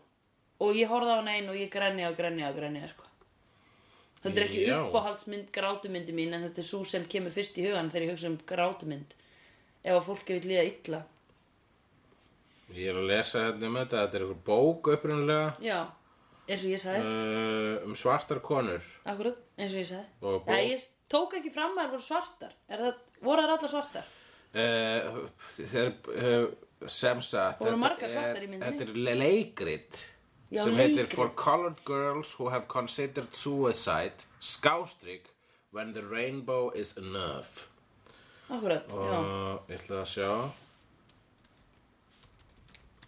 og ég horfði á hana einn og ég grenja og grenja og grenja, sko þetta er ekki
Já.
uppáhaldsmynd grátumyndi mín en þetta er svo sem kemur fyrst í hugan þegar ég hugsa um grátumynd ef að fólki vil líða illa
Ég er að lesa hérna um þetta, þetta er einhver bók upprunalega
já, eins og ég sagði,
uh, um svartar konur
akkurat, eins og ég sagði
Og bó-
það ég tók ekki fram að það voru svartar er það, voru það allar svartar?
uh, þeir uh, sem sagt
Voru
þetta
margar
er-
svartar í myndinni?
þetta er le- leikrit
Já,
sem heitir
leikrit.
For Colored Girls Who Have Considered Suicide skástrík When the Rainbow is Enough
akkurat,
Uh.
já
og ég ætla að sjá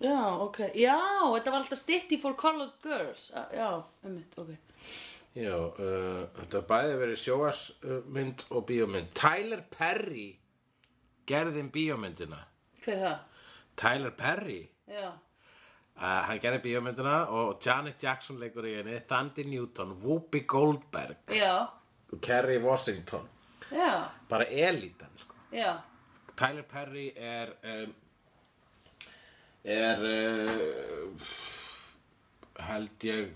Já, ok. Já, þetta var alltaf stytti for colored girls. Ah, Já, ummitt, ok.
Já, uh, þetta er bæði verið sjóasmynd og bíómynd Tyler Perry gerði um bíómyndina
Hver er það?
Tyler Perry
Já.
Uh, hann gerði bíómyndina og Janet Jackson leikur í henni, Thandi Newton, Whoopi Goldberg,
Já,
Kerry Washington,
já,
bara elítan sko.
já,
Tyler Perry er, um, er uh, held ég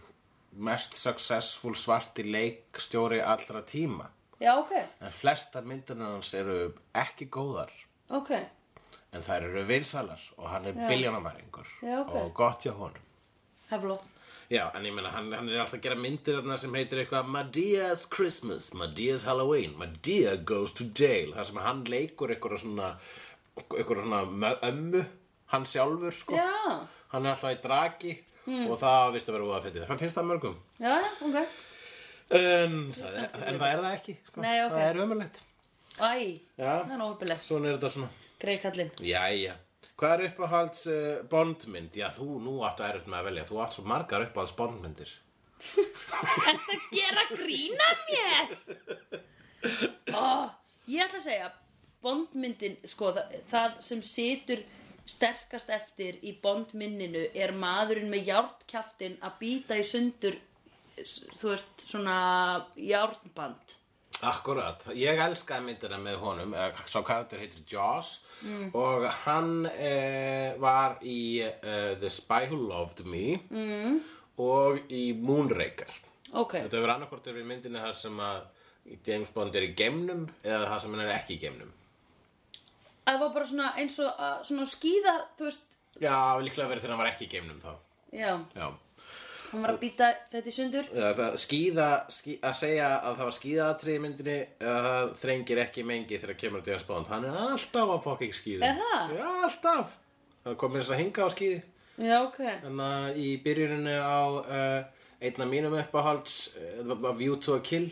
mest successful svarti leikstjóri allra tíma.
já, ok,
En flestar myndina hans eru ekki góðar,
ok,
en þær eru vinsalar og hann er biljónamæringur
Já, ok.
og gott hjá honum.
hefló.
Já, en ég meina, hann, hann er alltaf að gera myndir þarna sem heitir eitthvað Madia's Christmas, Madia's Halloween, Madia goes to jail þar sem hann leikur eitthvað svona eitthvað svona mö- ömmu hann sjálfur, sko
Já, Hmm.
hann er alltaf í draki og það vist að vera úða að fyndi það fann finnst það mörgum
já, já, ok.
en það er, en það, er það ekki sko.
Nei, ok.
það er ömulegt
Æ, það
Já,
er nógubilegt.
svona er þetta svona
Greikallinn.
Jæja Hvað er uppáhalds uh, bondmynd? Já, þú nú áttu að erut með að velja Þú átt svo margar uppáhalds bondmyndir
Þetta gera grína mér! Ó, ég ætla að segja, bondmyndin, sko, það, það sem situr sterkast eftir í bondminninu er maðurinn með járnkjaftin að býta í sundur, s- þú veist, svona járnband.
Akkurat, ég elskaði myndina með honum, eh, sá karakter heitir Jaws og hann eh, var í eh, The Spy Who Loved Me mm. og í Moonraker.
Ok,
Þetta hefur annarkvort yfir myndinni þar sem að James Bond er í geimnum eða það sem hann er ekki í geimnum.
það var bara svona eins og að, svona skýða, þú veist,
Já, líklega verið þegar hann var ekki í geimnum þá.
já,
Já.
hann var að býta þetta í sundur.
Eða Það, skíða, skí, að segja að það var skíðaatrið í myndinni eða það þrengir ekki mengi þegar kemur James Bond. Hann er alltaf að fokking skíða.
Er það?
Já, alltaf. Hann kom með þess að hinga á skíði.
Já, ok.
Þannig að í byrjuninu á uh, einna mínum uppahalds uh, var View to a Kill.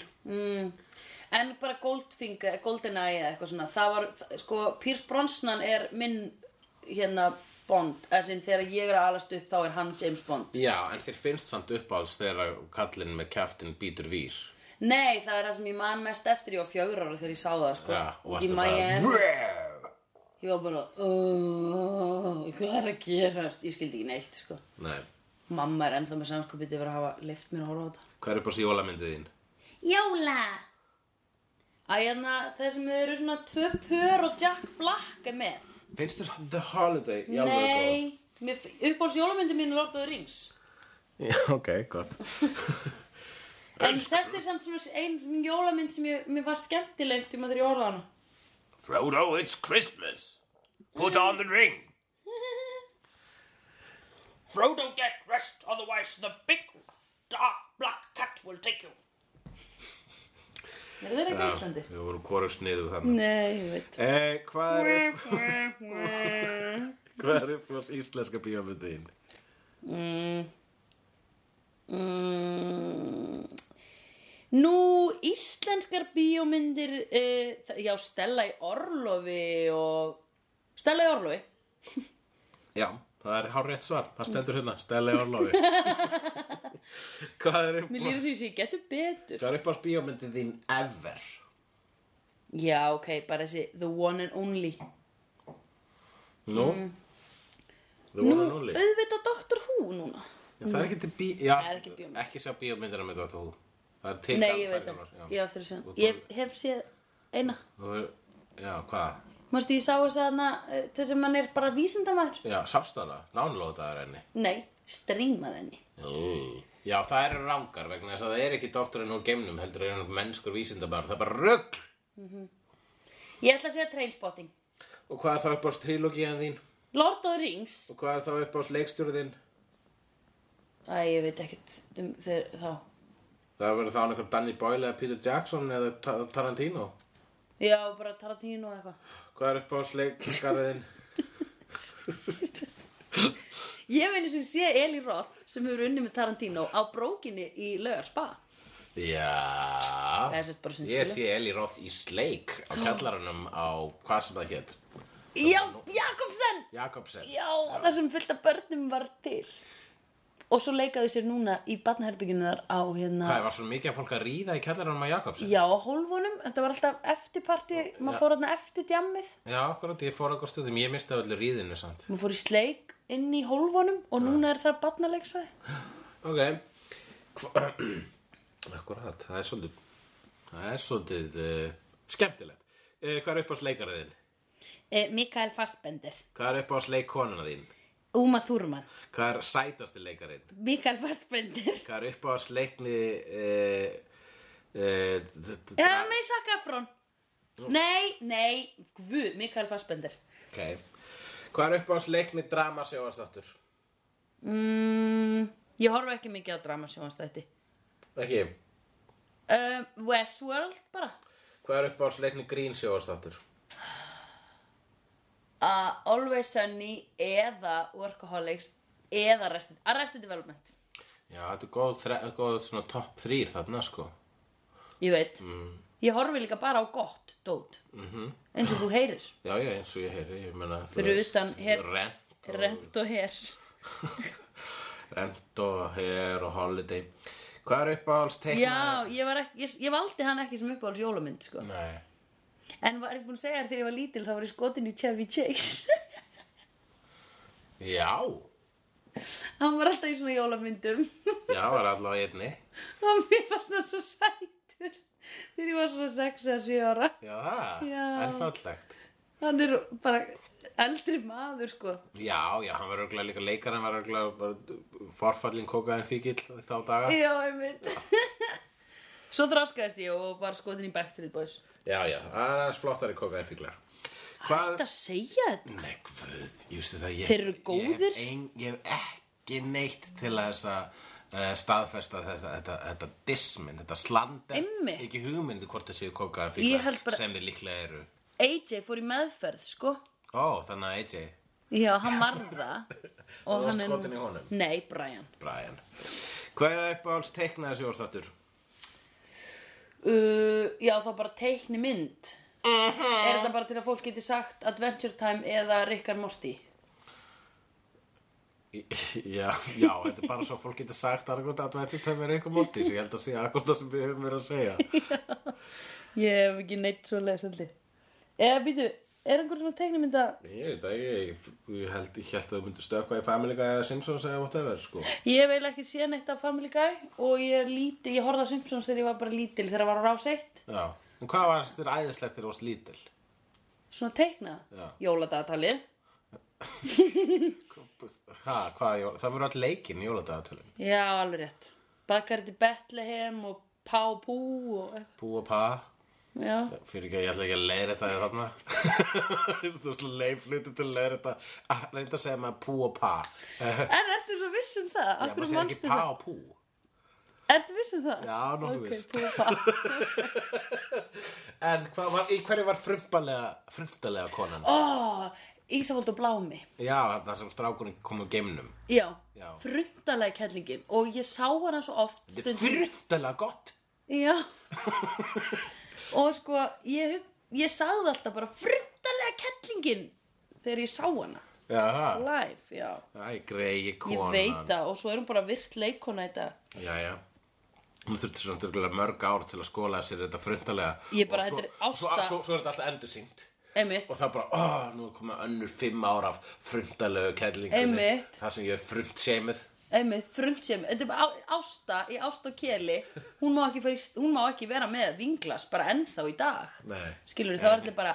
En bara Goldfinger, GoldenEye eða eitthvað svona, það var, það- sko, Pierce Brosnan er minn hérna Bond eða sinn þegar ég er að alast upp þá er hann James Bond
Já, en þér finnst samt uppáhalds þegar kallinn með kjaftin býtur vír.
Nei, það er það sem ég man mest eftir ég var fjögur ára þegar ég sá það sko
Já, og
Í
varstu
Miami.
bara...
Ég var bara "Oh, Hvað er að gerast? Ég skildi ekki neitt sko
Nei,
Mamma er ennþá með samskupið yfir að hafa leift mér að horfa á þetta
hvað er upp á jólamyndið þín?
Jóla Æ, hérna, þeir sem eru svona tvö pör og Jack Black er með
Finnst þér The Holiday? í alvöru góð?
Nei, mér f- uppáhalds jólamyndi mín er Lord of the Rings
Já, ok, gott.
En þetta er samt svona einn jólamynd sem ég, mér var skemmtileg tíma þegar ég orða hana
Frodo, it's Christmas. Put on the ring. Frodo, get dressed, otherwise the big dark black cat will take you.
Er þeir ekki á
Já,
Íslandi?
Við vorum hvoru sniðu þannig.
Nei, ég veit
Eh, hvað er upp... <laughs> hvað er upp á íslenska bíómyndið þín?
mm, Nú, íslenskar bíómyndir uh, þ- Já, Stella í Orlofi og Stella í Orlofi
Já, það er hár rétt svar. Það stendur hérna, Stella í
<laughs>
orlofi. hvað er upp
Mér líður því að ég getur betur
Hvað er upp á bíómyndið þín ever?
Já, ok, bara þessi The One and Only
Nú? The one and only.
Mm. Auðvitað Doctor Who núna
Já, það er ekki til bí... Já,
Það er ekki bíómynd.
Ekki sjá bíómyndina með Dóttu Hú. Það er til
Nei,
að-
ég veit
færingar,
það Ég á eftir að segja
Og
það. Ég hef séð eina
Þú er- Já, hvað?
Mástu, ég sá þess að hana, eh, þess að mann er bara vísindamæður.
Já, sást hana? Nánlótaður henni.
Nei, strímað henni.
Já, það eru rangar vegna þess að það er ekki doktorinn úr geimnum heldur er hann mennskur vísindabar. Það er bara rugg!
Ég ætla að segja trainspotting.
Og hvað er þá upp á trilógíðan þín?
Lord of the Rings.
Og hvað er þá upp á leikstjóri þín?
Æ, ég veit ekkert um þeir, þá.
Það verður þá einhver Danny Boyle eða Peter Jackson eða Ta- Tarantino.
Já, bara Tarantino og eitthvað.
Hvað er upp á leikarið þín?
Ég meini sem sé Eli Roth sem hefur unnið með Tarantino á brókinni í laugar spa.
Já.
Það er sérst bara
Ég
sinnstölu.
sé Eli Roth í sleik á kjallaranum á hvað sem það hétt
Já, Jakobsen!
Jakobsen
Já, það sem fullt af börnum var til. Og svo leikaðu sér núna í barnaherbygginu þar á hérna...
Hvað, var svo mikið að fólk að ríða í kjallaranum á Jakobsen?
Já, á hólfunum, þetta var alltaf eftirparti, maður fór hérna eftir djammið,
Já, akkurat, ég fór okkur stundum, ég misti öllu ríðinu samt
maður fór í sleik inn í hólfunum og núna er það barnaleiksvæði.
Ok Hva- <clears throat> Akkurat, það er svolítið Það er svolítið uh, skemmtilegt uh, Hvað er upp á sleikarið þinn?
Eh, Mikael Fassbender,
Hvað er upp á sleikkonuna þín?
Uma Thurman,
Hvað er sætasti leikarinn?
Mikael Fassbender,
Hvað er upp á sleikni uh, uh,
ja, nei, Zac Efron, nei, nei, guð, Mikael Fassbender.
Ok Hvað er upp á sleikni drama sjóastáttur?
Mm, ég horfa ekki mikið á dramasjónastætti.
Ekki
Uh, Westworld bara,
Hvað er upp á sleikni grín sjóastáttur?
uh, Always Sunny eða Workaholics eða Arrested, Arrested Development,
Já, þetta er góð, þre- góð svona topp þrýr þarna sko
ég veit. Ég horfi líka bara á gott, dót, eins og þú heyrir.
Já, já, eins og ég heyri, ég meina þú
Fyrir
veist,
utan her-
Rent og,
Rent og her
rent og her og holiday Hvað er uppáhalds teikna?
Já, ég, var ekki, ég, ég valdi hann ekki sem uppáhalds jólamynd sko.
Nei,
En var ekki búin að segja þér þegar ég var lítil þá var ég skotin í Chevy Chase <laughs>
já
Hann var alltaf í svona jólamyndum <laughs>
Já, var allavega í einni
Og mér fannst það svo sætur Þegar ég var svona 6 eða 7 ára
Já, það,
Já.
en fallegt
Hann er bara eldri maður sko
Já, já, hann var örgulega líka leikar hann var örgulega bara forfallin kókaðin fíkil þá daga
Já, einmitt <laughs> Svo þráskaðist ég og var skotin í Backstreet Boys
Já, já, það er aðeins flottari kókaðin fíklar Hvað
Þetta segja þetta
Nei, guð, jústu það ég,
Þeir eru
Ég
góðir?
hef, ein, ég hef ekki neitt til að þess að uh, staðfesta þetta, þetta, þetta dismin, þetta slander
Einmitt.
Ekki hugmyndu hvort það séu kókaðan
Ég
fíklar
held bara-
sem þeir líklega eru
AJ fór í meðferð sko
Ó, þannig að AJ,
Já, hann varð
<laughs>
það
þú
Og
varst
hann er
skotin í honum
Nei, Brian
Brian Hvað er uppáhalds teiknaði sjóðstáttur?
Uh, já, þá bara teikni mynd. Er þetta bara til að fólk geti sagt Adventure Time eða Rick and Morty?
Já, já, þetta er bara svo að fólk getur sagt annarkvort adventutömi er eitthvað móti sem ég held að sé akkur það sem við höfum verið að segja
Ég hef ekki neitt svo leiðis heldur. Eða býtu, er einhver svona teiknumynda?
Ég veit ekki, ég, ég held ég held að þú myndir stökkva í Family Guy eða Simpsons eða whatever sko
Ég hef eiginlega ekki séð neitt af Family Guy og ég er lítið, ég horfði á Simpsons þegar ég var bara lítil þegar það var á rás eitt.
Já, en hvað var þetta æðislegt þegar þú varst lítil?
Svona teiknað.
Já.
Jóladagatalið.
Ha, hvað, jól- það voru all leikinn í jóladagatölum
Já, alveg rétt. Bakar til Bethlehem og Pá Pú og...
Bú og pa
Já.
<laughs> Fyrir ekki að ég ætla ekki að leiðra þetta þarna <laughs> Þú veist leiflutu til að leiðra þetta Reynda að segja með pú og pa Eh,
En ertu svo viss um það?
Já,
Akkur
maður segir
mannstu
ekki pa
það?
og pú
Ertu viss um það?
Já, nokkuð viss.
Ok, Pú og Pá.
En hvað var, í hverju var frumpalega, frumpalega konan?
Ó, Ísavold og Blámi.
Já, þarna sem strákunni kom úr geimnum
Já.
Já.
Frundalega kellingin og ég sá hana svo oft
Þetta er frumpalega gott <laughs>
Já Og sko ég, hug- ég sagði alltaf bara Frundalega kettlingin Þegar ég sá hana
Já, það
Live, já
Æ, greiði
Ég
konan
veit það og svo erum bara virt leikona þetta
Já, já Hún þurfti svona dörgulega mörg ár til að skóla sér þetta frundalega
Ég bara,
Og svo-
þetta er
svo,
ásta-
svo, svo er þetta alltaf endursýnt
Einmitt
og það bara, oh, nú er komið önnur fimm ára af frumtalegu kærlingunni
Einmitt.
það sem ég er frumtseimið
Einmitt, frundsem, þetta er bara á- ásta í ást og keli, hún má, ekki fara í, hún má ekki vera með vinglas bara ennþá í dag
Nei.
skilur þá er allir bara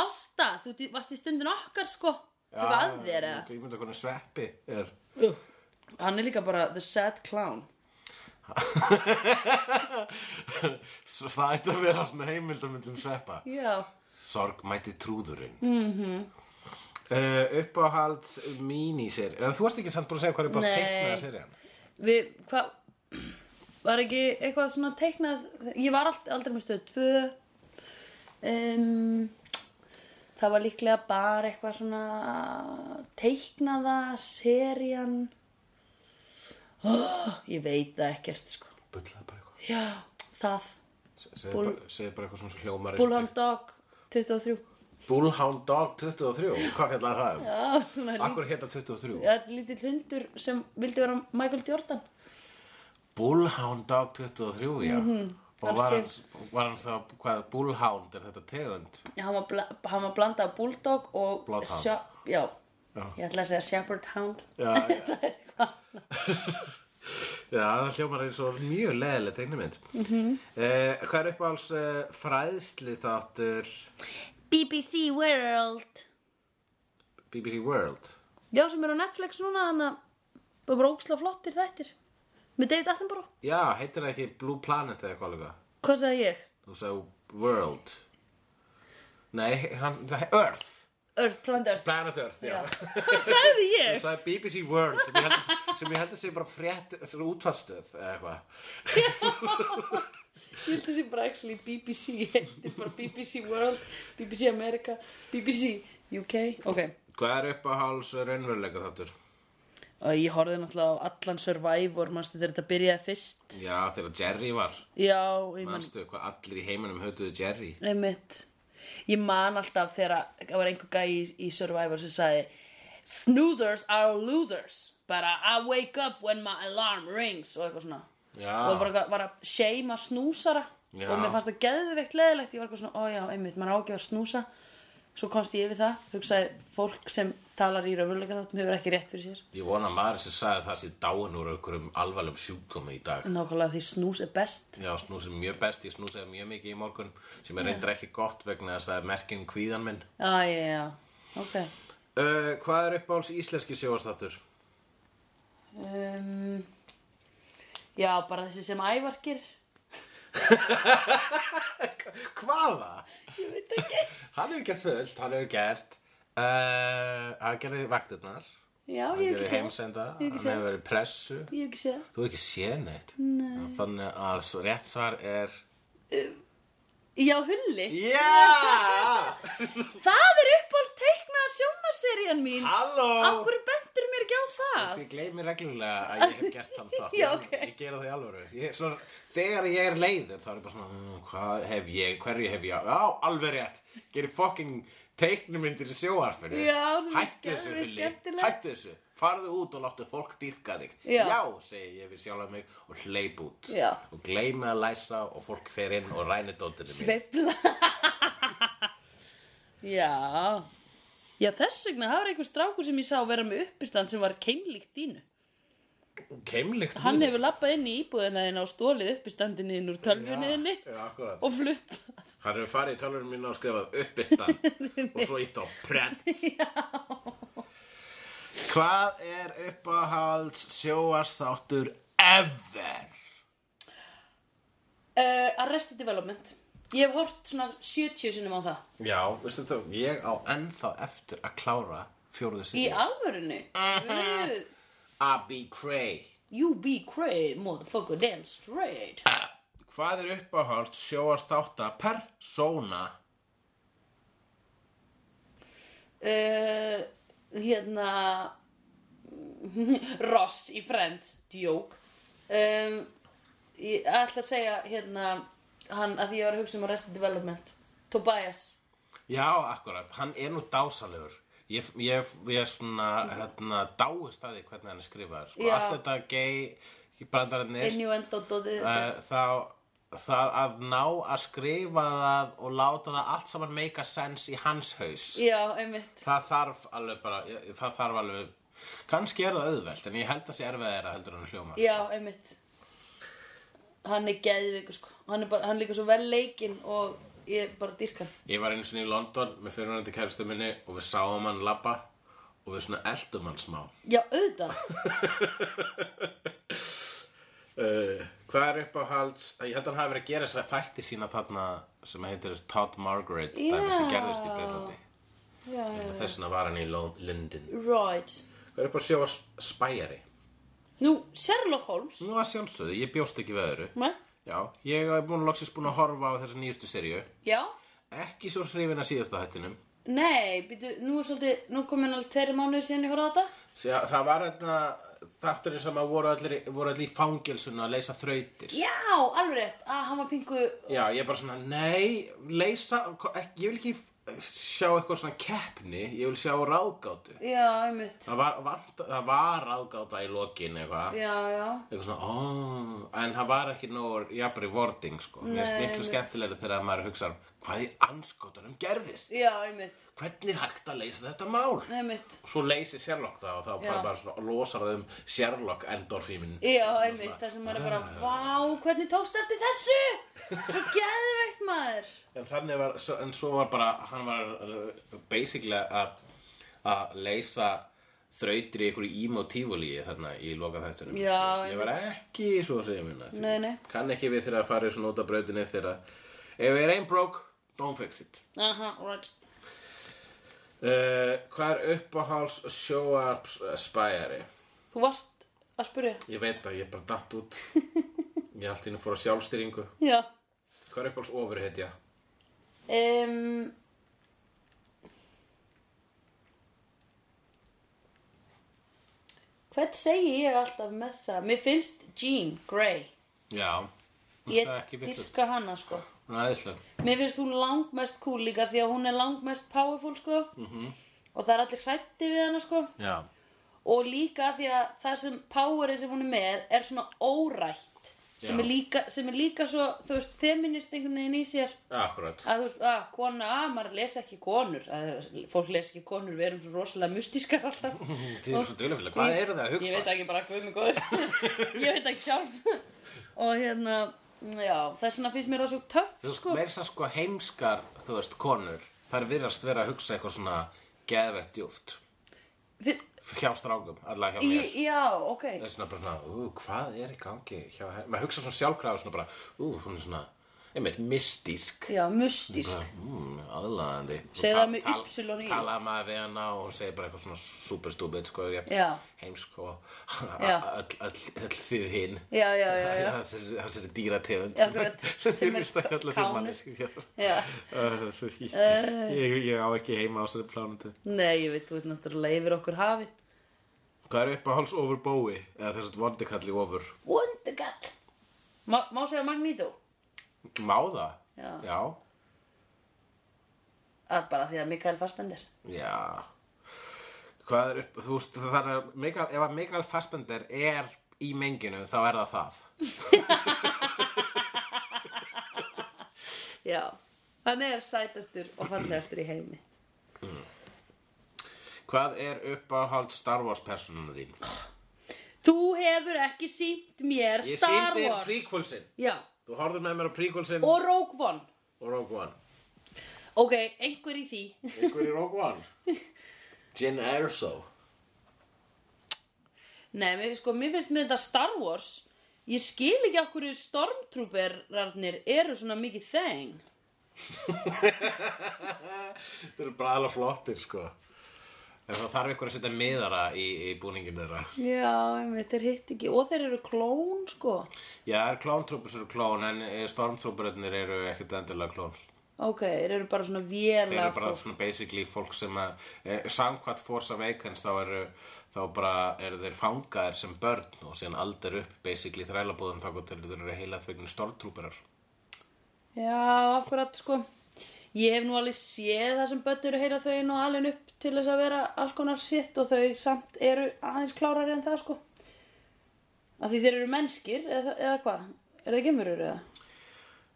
ásta, þú ert í- varst í stundin okkar sko, eitthvað að þér eða
Ah, ég myndi að hvernig sveppi er
hann er líka bara the sad clown
Svo það ætti að vera svona heimildamindum um sveppa
já,
sorg mæti trúðurinn mm
Mhm.
-hmm. uppáhalds míníser en þú varst ekki samt búin að segja hvað er bara
Nei.
teiknaða serían
Við, hvað, var ekki eitthvað svona teiknað, ég var allt, aldrei með stöð tvö, um, það var líklega bara eitthvað svona teiknaða, serían, oh, ég veit það ekkert sko,
bullaði bara eitthvað
já, það,
Se- segðu bara- segðu bara eitthvað svona sem hljómar eins og
Bullhound Dog 23,
til- Bullhound Dog 23 hvað fjallaði það um?
já, Ah, svona lít,
Akkur heita 23
ja, lítill hundur sem vildi vera Michael Jordan,
Bullhound Dog 23, já Og
hann
var hann, var hann þá, hvað, Bullhound, er þetta tegund?
Já, hann var, bla, hann var blanda af Bulldog og
Bloodhound.
Sha- Já,
Já.
ég ætla að segja Shepherd Hound
Já, <laughs> já. já, það hljómar eins og mjög leðileg tegnimynd. Mm -hmm. eh, hvað er uppáhalds eh, fræðsli þáttur
BBC World
BBC World?
Já, sem er á Netflix núna þannig að bara bara óksla flottir þættir með David Attenborough
Já, heitir það ekki Blue Planet eða eitthvað líka?
Hvað sagði ég?
Þú sagði World. Nei, hann, það er Earth.
Earth, Planet Earth
Planet Earth, já.
Já. <laughs> Hvað sagði
Þú
ég?
sagði BBC World sem ég held að, sem ég held að sé bara frétt, útvarstöð eða eitthvað.
Ég held að sé bara actually BBC <laughs> Þetta er bara BBC World, BBC America, BBC UK Ok,
Hvað er uppáhalds raunveruleika þáttur?
og ég horfði náttúrulega á allan Survivor Manstu þegar þetta byrjaði fyrst
Já, þegar Jerry var
Já, ég man
Manstu hvað allir í heiminum hötuðu Jerry
Einmitt. Ég man alltaf þegar að- það var einhver gæi í, í Survivor sem sagði Snoozers are losers but I wake up when my alarm rings og eitthvað svona og
Já,
bara eitthvað- var að seima snúsara
Ah. Já.
og mér fannst það geðveikt leðilegt ég var eitthvað svona, ó já, einmitt, maður á ekki að snúsa svo komst ég yfir það hugsaði fólk sem talar í raunveruleika þáttum hefur ekki rétt fyrir sér
ég vona að maður sem sagði það sér dáin úr einhverjum alvarlegum sjúkdómi í dag
nákvæmlega því snús er best
Já, snúsið mjög best, ég snúsaði mjög mikið í morgun sem er reyndar ekki gott vegna þess að það er merkjum kvíðan minn
Já, já, já, ok
uh, Hvað er uppáhalds íslenski sjóastáttur?
um, Já, bara þessi sem ævarkir
Hvaða?
Ég veit ekki.
Hann hefur gert fullt, hann hefur gert uh, Hann gerði vaktirnar
Já, ég hef
Hann gerði
ekki séð.
heimsenda,
Ég hef
hann
ekki séð.
hefur verið í pressu
Ég hef ekki séð.
Þú hefur ekki séð neitt Nei. Þannig að svo rétt svar er
Já, Hulli.
Já!
Það er uppáhalds teiknaða sjómaserían mín.
Halló!
Akkur bendur mér ekki á það?
Ég gleymi reglulega að ég hef gert þann þátt
<laughs> Já,
Ég-
ok.
Ég gera það í alvöru ég, svona, Þegar ég er leiður þá er ég bara svona "Mm, Hvað hef ég, hverju hef ég Já, alveg rétt Gerir fucking teiknumyndir í sjóarfinu
Já, sem er
Hættu þessu,
geðveikt
Hulli
skemmtilegt.
Hættu þessu, farðu út og láttu fólk dýrka þig
Já.
segi ég við sjálfa mig og hleyp út
Já.
Og gleymi að læsa og fólk fer inn og ræni dóttinu mín
Sveifla <laughs> Já Já þess vegna, það var einhver strákur sem ég sá vera með uppistand sem var keimlíkt dínu
Keimlikt
Hann hefur lappað inn í íbúðina þín og stólið uppistandinu þín úr tölvunni þinni
Já, akkurat
og flutt
Hann hefur farið í tölvunum mína og skrifað uppistand og svo ítt á prent. Já. Hvað er uppáhalds sjóastáttur ever?
uh, Arrested Development Ég hef hort svona 70 sinnum á það
Já, veistu þú, ég á ennþá eftir að klára
Í
fjóruðu sinni.
alvörinu Uh,
Abby Cray.
You be cray, motherfucker, damn straight
Hvað er uppáhalds sjóastáttar persóna?
uh, Hérna <laughs> Ross í Friends Djók um, Ég ætla að segja hérna hann að því ég var að hugsa um Arrested Development Tobias
Já, akkurat, hann er nú dásalegur. Ég, ég, ég er svona, hérna, dáist að því hvernig hann er skrifaður. Sko,
Já.
allt þetta gay brandararnir.
Innuendo dótið
Eh, þá það að ná að skrifa það og láta það allt saman make a sense í hans haus
Já, einmitt
það þarf alveg bara ég- það þarf alveg kannski er það auðvelt en ég held að sé erfiðara heldur en hljómar
Já, einmitt Hann er geðveikur sko Hann er, bara, hann er líka svo vel leikinn og ég bara dýrka hann.
ég var einu sinni í London með fyrirvændi kæristu minni og við sáum hann labba og við svona eldum hann smá
Já, auðvitað
uh, hvað er uppáhalds ég held að hann hafi verið að gera þess að þætti sína þarna sem heitir Todd Margaret dæmi sem
Já.
gerðist í Breitlandi
Já, já, já.
þess vegna var hann í Lo- London
Right
hvað er upp á sjá að spæjari
Nú, Sherlock Holmes
Nú að sjálfsögðu, ég bjóst ekki við öðru.
Nei?
Já, ég hef búin loksins búin að horfa á þessa nýjustu serju.
Já
Ekki svo hrifin að síðasta hættinum.
Nei, býtu, nú er svolítið, nú er komin alveg tveiri mánuðir síðan ég horfði á þetta
Það var þetta þátturinn sem að voru allir, voru allir í fangelsun að leysa þrautir.
Já, alveg rétt, að hann var pingu
Já, ég er bara svona, nei, leysa, ko- ekki, ég vil ekki sjá eitthvað svona keppni, ég vil sjá ráðgátu.
Já, einmitt
Það var, var, það var ráðgáta í lokin eitthvað.
Já, já,
Eitthvað svona, ó, en það var ekki nóg jafnri vorting, sko. Mér finnst
Nei,
miklu
einmitt.
skemmtilegri þegar maður hugsa, hvað í anskotunum gerðist?
já, einmitt
hvernig er hægt að leysa þetta mál?
Einmitt
Svo leysir Sherlock það og þá
Já.
fara bara svona og losar það um Sherlock endorfímin.
Já, einmitt, það sem maður er bara, Ah. vá, hvernig tókst eftir þessu? Svo geðveikt maður
En þannig var, svo- en svo var bara, hann var uh, basically að að leysa þrautir í einhverju ím og tífulíi þarna í loka þættunum.
Já,
Ég var ekki svo að segja minna. því.
Nei, nei.
Kann ekki við þegar að fara svona út af brautinni þegar að, ef it ain't broke, don't fix it.
Aha, right
Uh, hvað er uppáháls sjóarps uh, spæjari?
Þú varst að spyrja
Ég veit að ég bara datt <laughs> út Ég allt í henni fór að sjálfstýringu
Já
Hvað er uppáhalds ofur heitja?
um, Hvern segi ég alltaf með það? Mér finnst Jean Grey
Já, hún
Ég
sagði ekki vitlaust.
dyrka hana sko
Hún er aðeinsleg
Mér finnst hún langmest cool líka því að hún er langmest powerful sko -hmm.
Mhm.
og það er allir hrætti við hana sko
Já,
og líka því að það sem powerið sem hún er með er svona órætt sem
Já.
er, líka, sem er líka svo þú veist, feminist einhvern veginn í sér
akkurat
að þú veist, að kona, að maður lesa ekki konur að fólk lesa ekki konur, við erum svo rosalega mystískar alltaf
Þið eru svo duglefélag, <laughs> hvað eru það að
ég veit
hugsa?
ekki bara hvað með góður <laughs> ég veit ekki sjálf og hérna, já, þess vegna finnst mér það svo töff
Þú veist,
sko.
meira þess að sko heimskar, þú veist, konur Það er virðast vera að hugsa eitthvað svona geðvett djúft
Finn,
Hjá strákum, allavega hjá
í,
mér
já, ok
Það er svona bara svona, ú, hvað er í gangi hjá henni? Maður hugsa svona sjálfkrafa svona bara, ú, hún er svona, einmitt, mystísk
já, mystísk
Mm, aðlaðandi
Segðu það með ypsilon í.
Talaði maður við hana og hún segir bara eitthvað svona super stupid sko, jafn
Já.
heimsk og
Já.
öll- öll öll þið hinn
já, já, já,
<laughs>
já,
Þessari dýrategund
Já,
sem-
akkurat.
sem
Sem
þið
er
mist að kalla sér
kánur.
manneski
já.
Ég ég á ekki heima á þessari plánutu
nei, ég veit, þú veit náttúrulega yfir okkur hafi
Hvað er uppáhalds ofur bói? Eða þess að vondikalli ofur?
Wondergall Má, má segja Magneto
Máða?
Já.
Já.
að bara því að Mikael Fassbender
Já. Hvað er upp... Þú veist, það er... að Mikael, ef að Mikael Fassbender er í menginu, þá er það það.
Já, hann er sætastur og fallegastur í heimi
Hvað er uppáhalds Star Wars personunum þín?
Þú hefur ekki sínt mér
Ég
Star
sýndi
Wars
prequelsin.
Já,
Þú horfður með mér á prequelsin
og Rogue One
og Rogue One.
Ok, einhver í því <laughs>
Ykkur í Rogue One. Jyn Erso. <laughs>
Nei, mér, sko, mér finnst með þetta Star Wars Ég skil ekki okkur stormtrooperarnir eru svona mikið þeng
Þetta eru bara alveg flottir, sko. En það þarf ykkur að setja miðara í, í búningin þeirra.
Já, einmitt, þeir hitt ekki Og þeir eru klón, sko
Já, er klóntrúpur sem eru klón, en eh, stormtrúpurinnir eru ekkert endilega klóns.
Ok, þeir eru bara svona
Þeir eru
vélar
bara svona basically fólk sem að, eh, samkvæmt Force Awakens þá eru, þá bara eru þeir fangaðir sem börn og síðan aldar upp basically í þrælabúðum þá til þeir eru heila þvegnir stormtrúpurar.
Já, akkurat sko Ég hef nú alveg séð það sem börn eru heila þau og alveg upp til þess að vera alls konar sitt og þau samt eru aðeins klárari en það sko Af því þeir eru mennskir eða, eða hvað? Er það gemurur eða?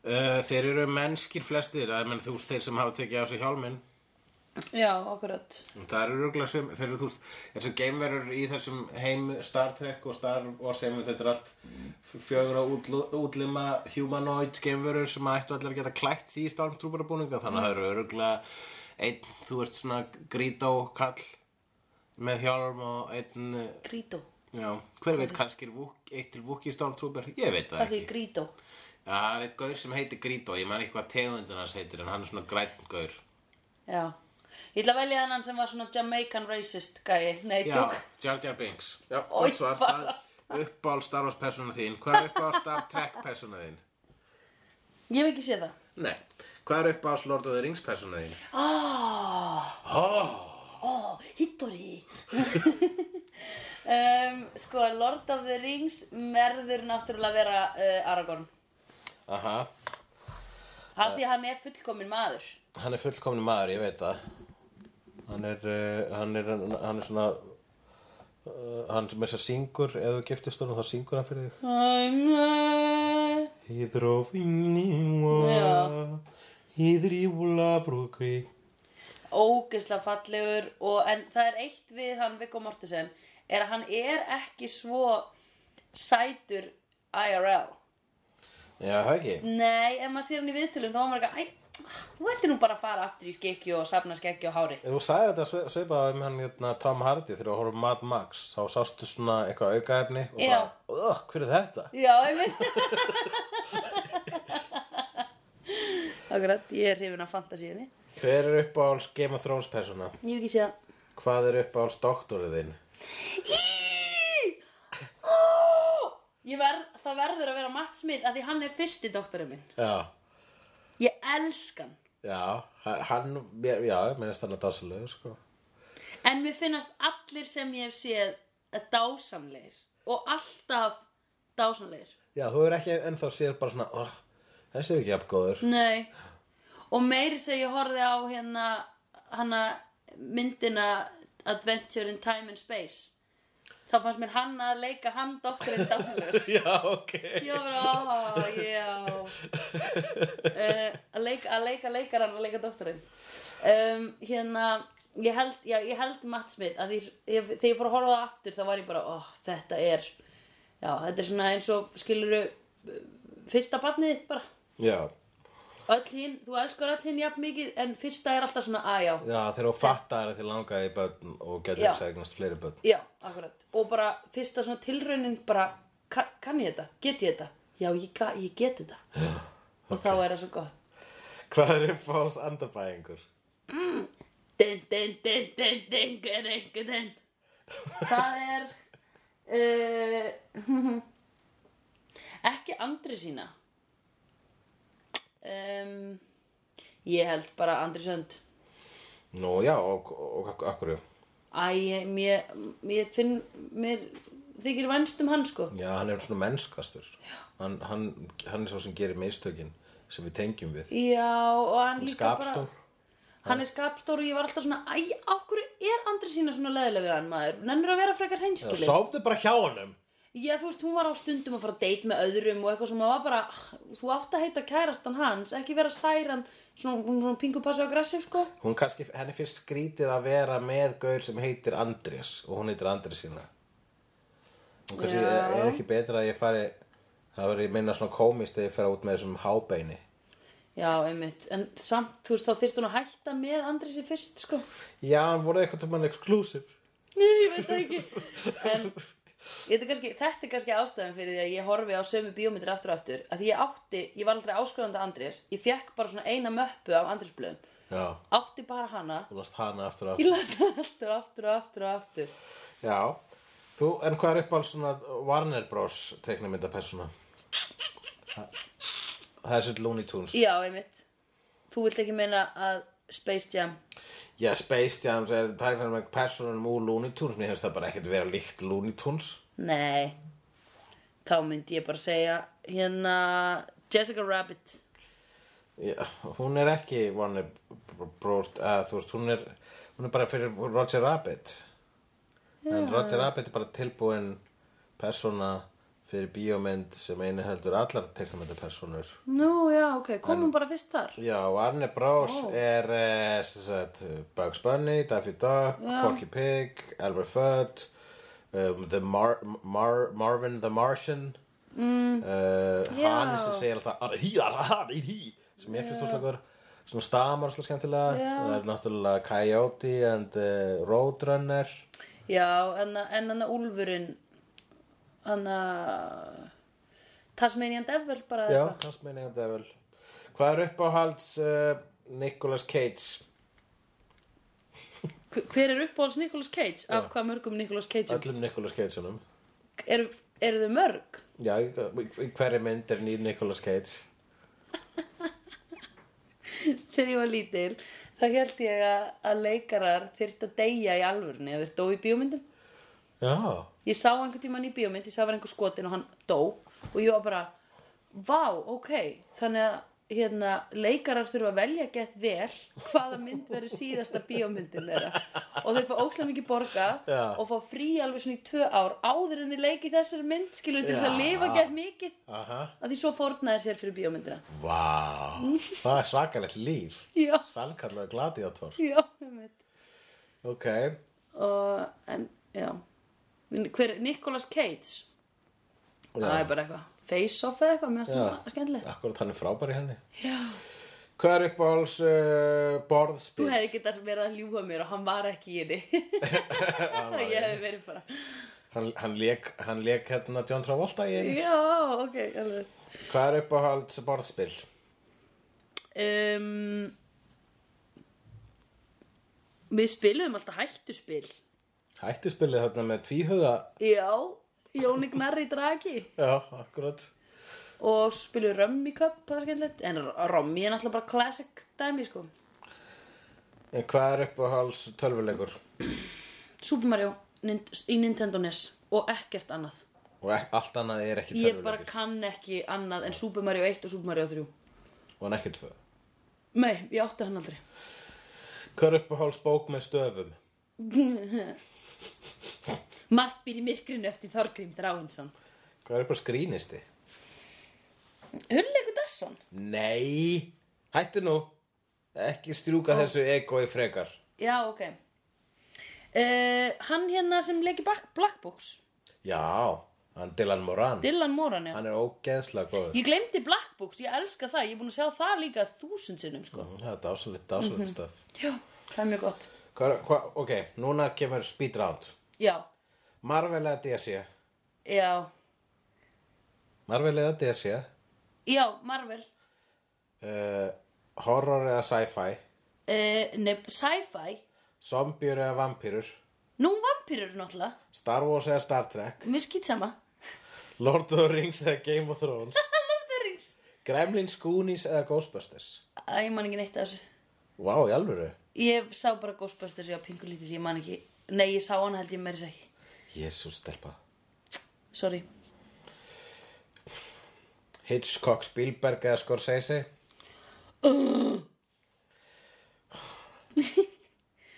Uh, þeir eru mennskir flestir, að menn þú veist þeir sem hafa tekið á sig hjálminn.
Já, akkurat
En Það eru röglega sem, þeir eru þú veist, þessum geimverur í þessum heim Star Trek og Star Wars heimum, þetta er allt fjögur á útlima humanoid geimverur sem að ættu allir að geta klætt því í stormtrúparabúninga, þannig að það eru röglega einn, þú veist, svona grító kall með hjálm og einn, eh,
Grító
já, hver veit, kannski er vúk, eitt til vúki stormtrúpar, ég veit það
Það því
ekki.
grító
Já, það er einn gaur sem heitir grító, ég man ekki hvað tegundin hans heitir, en hann er svona græn gaur.
Já Ég ætla að velja þennan sem var svona Jamaican racist gæi Nei,
Já,
tjók
Jar Jar Binks Já,
Oj,
gott svar
bara-
Það er uppáhald Star Wars persóna þín Hvað er uppáhald Star Trek persóna þín?
Ég hef ekki séð það
Nei Hvað er uppáhald Lord of the Rings persóna þín?
Ah, oh, Hittori <laughs> um, Sko, Lord of the Rings merður náttúrulega vera uh, Aragorn
Aha,
Af því að hann er fullkomin maður
hann er fullkomni maður, ég veit það Hann er, uh, hann er, hann er svona uh, Hann sem er sér syngur Ef þú giftist honum þá syngur hann fyrir þig
I'm a... Já.
Hýðrófinníva Hýðrývulafrúkri
Ógeðslega fallegur og, En það er eitt við hann Viggo Mortensen Er að hann er ekki svo sætur IRL
Já, það ekki
Nei, ef maður sér hann í viðtölum þá var maður ekki Æ, þú ætti nú bara að fara aftur í skekju og safna skekju á hári
Þú sagði þetta svi- svipað um hann hérna, Tom Hardy þegar þú horfum Mad Max þá sástu svona eitthvað aukaefni og
Já.
bara, "Ugh, hver er þetta?
Já, ég veit <laughs> Akkurat, ég er hrifin af fantasíunni
Hver er uppáhalds Game of Thrones persóna?
Ég hef ekki séð það
Hvað er uppáhalds doktorið þinn?
Ég verð, það verður að vera Matt Smith að því hann er fyrsti doktorinn minn
Já,
Ég elska hann
já, h- hann, mér- já, mér finnst hann að dásalegu, sko.
En mér finnast allir sem ég hef séð eh, dásamlegir og alltaf dásamlegir
Já, þú er ekki ennþá séð bara svona, oh, þessi er ekki afgóður.
Nei Og meiri sem ég horfði á hérna hana myndina Adventure in Time and Space Þá fannst mér hann að leika hann doktorinn dásamlegur
<laughs> Já, ok.
Já, bara, á, já Eh, Að leika, að leika leikarann að leika doktorinn um, Hérna, ég held, já, ég held Matt Smith að því, ég, Þegar ég fór að horfa á það aftur þá var ég bara, ó, þetta er Já, þetta er svona eins og skiluru Fyrsta barnið þitt bara
Já,
Öll hinn, þú elskar öll hinn jafn mikið En fyrsta er alltaf svona, að já
já, þegar þú fattar að þið langaði í börn og getur
Já.
þess eignast fleiri börn.
Já, akkurat Og bara fyrsta svona tilraunin bara ka, Kann ég þetta? Get ég þetta? Já, ég, ga- ég get þetta Og þá er það svo gott
Hvað er uppáhalds andabæðingur?
Dun, dun, dun, dun, dun, dun, dun, dun. Það er uh, <laughs> Ekki Andri sína um, Ég held bara Andri Sönd
Nú, já, og, og, og, og, og,
Æ, ég- mér, mér finn mér þykir vænst um hann sko
Já, hann er svona mennskastur hann, hann, hann er svo sem gerir mistökin sem við tengjum við
Já, og hann líka
Skapstór
bara Hann er skapstór og ég var alltaf svona Æ, á hverju er Andri sína svona leðilega við hann maður? Nennur að vera frekar hreinskilin
Sofðu bara hjá honum
Já, þú veist, hún var á stundum að fara að deit með öðrum og eitthvað sem maður var bara "Ah, Þú átt að heita kærastan hans, ekki vera særan Svona, hún er svona pingu passu aggressiv, sko
Hún kannski, henni finnst skrítið að vera með gaur sem heitir Andrés og hún heitir Andrés sína Hún kannski
Já.
er ekki betra að ég fari það verið minna svona komist eða ég fer út með þessum hábeini
Já, einmitt, en samt, þú veist, þá þyrfti hún að hætta með Andri sér fyrst, sko <laughs>
Já, hann voru eitthvað til mann exclusive
Nei, ég veit það ekki En þetta er, kannski, þetta er kannski ástæðan fyrir því að ég horfi á sömu bíómyndir aftur og aftur að því ég átti, ég var aldrei áskrifandi Andrés ég fekk bara svona eina möppu af Andrésblöðum
Já,
átti bara hana
þú last hana aftur aftur
ég las það aftur og aftur og aftur og aftur
Já, þú, en hvað er upp alls svona Warner Bros. teiknamynda persóna? Það er sér Looney Tunes
Já, einmitt Þú vilt ekki meina að Space Jam
Já, Space Jam er tæknar með persónunum úr Looney Tunes Mér hefst það bara ekkert vera líkt Looney Tunes
Nei Þá myndi ég bara segja hérna Jessica Rabbit
Já, hún er ekki Warner Bros. Uh, þú veist, hún er, hún er bara fyrir Roger Rabbit En Roger Rabbit er bara tilbúin persóna fyrir bíómynd sem einu heldur allar teiknamynda persónur
Nú, já, ok, komum bara fyrst þar
Já, Warner Bros. er eh, sem sagt, Bugs Bunny, Daffy Duck, Porky Pig, Elmer Fudd, um, the Mar Mar Marvin the Martian, mm. uh, hann sem segir alltaf "Ara, hí, ara, ha, hí, hí", sem ég finnst úrslagur, sem stamar alltaf skemmtilega,
Já.
það er náttúrulega Coyote and uh, Roadrunner,
Já, en, en hann að Úlfurinn hann að Tasmanian Devil bara
já,
eitthvað.
hans meina þetta er vel. Hvað er uppáhalds uh, Nicolas Cage?
Hver- Hver er uppáhalds Nicolas Cage? Af hvað mörgum Nicolas Cage?
Öllum Nicolas Cage-unum.
Eru eru þau mörg? <laughs>
Já, í í hverri mynd er nýr Nicolas Cage?
Þegar ég var lítil þá held ég að, að leikarar þyrft að deyja í alvörunni eða þeir dó í bíómyndum
Já.
Ég sá einhvern tímann í bíómynd, ég sá var einhver skotin og hann dó og ég var bara, vá, ok, þannig að hérna, leikarar þurfa að velja gett vel hvaða mynd verður síðasta bíómyndin þeirra og þeir fá ókslega mikið borga
Já.
og fá frí alveg svona í tvö ár áður en þeir leiki þessari mynd skilur til þess að
Já.
lifa gett mikið
Aha.
að því svo fórnaði sér fyrir bíómyndina
Vá. Það er svakalegt líf.
Já,
Sannkallega gladiator.
já, einmitt
Ok.
og, en, já En hver, Nicolas Cage það er bara eitthvað, face off eða eitthvað, mér
Já.
finnst það skemmtilegt
Akkurat hann er frábær í henni.
Já
Hvað er uppáhalds uh, borðspil?
Þú hefði getað verið að ljúfa mér og hann var ekki í henni. ég hefði verið bara,
Hann, hann, lék, hann lék hérna John Travolta í henni.
já, ok, alveg.
Hvað er uppáhalds borðspil?
Um, við spilum alltaf hættuspil.
Hættuspilið þarna með tvíhuga.
Já, Jónik Merri Dragi
Já, akkurat.
og spilum Rummy Cup, það er skemmtilegt. En Rummy er náttúrulega bara classic dæmi, sko.
En hvað er uppáhalds tölvuleikur?
Super Mario nin- í Nintendo NES og ekkert annað.
Og e- allt annað er ekki
Ég bara
tölvuleikur.
kann ekki annað en Super Mario 1 og Super Mario 3.
Og hann ekki tvö.
Nei, ég átti hann aldrei.
Hvað er uppáhalds bók með stöfum?
Margt býr í myrkrinu eftir Þorgrím Þráinsson.
Hvað er uppáhalds grínisti?
Hulli Gudasson?
Nei, hættu nú Ekki strjúka þessu egoi frekar
Já, ok. Uh, hann hérna sem leikir Black, Black Books,
Já, hann Dylan Moran
Dylan Moran, já.
Hann er ógeðslega góður
Ég glemdi Black Books, ég elska það, ég er búin að sjá það líka þúsund sinnum, sko.
Það er dásalit, dásalit
Mhm.
mm -hmm. stöf
Já, það er mjög gott.
hva, hva, Ok, núna kemur speed round
Já,
Marvel eða DC
já,
Marvel eða DC
já, Marvel.
uh, Horror eða sci-fi
Uh, nei, sci-fi.
Zombiur eða vampýrur
Nú vampýrur náttúrulega,
Star Wars eða Star Trek
mér skýt sama.
Lord of the Rings eða Game of
<laughs>
Thrones
Lord of the Rings.
Gremlins, Goonies eða Ghostbusters
Æ, ég man ekki neitt af þessu.
Vá, í alvöru
Ég sá bara Ghostbusters, já, pingu lítið, ég man ekki. Nei, ég sá hann held ég meira þess ekki.
Jésús stelpa
Sorry
Hitchcock, Spielberg eða Scorsese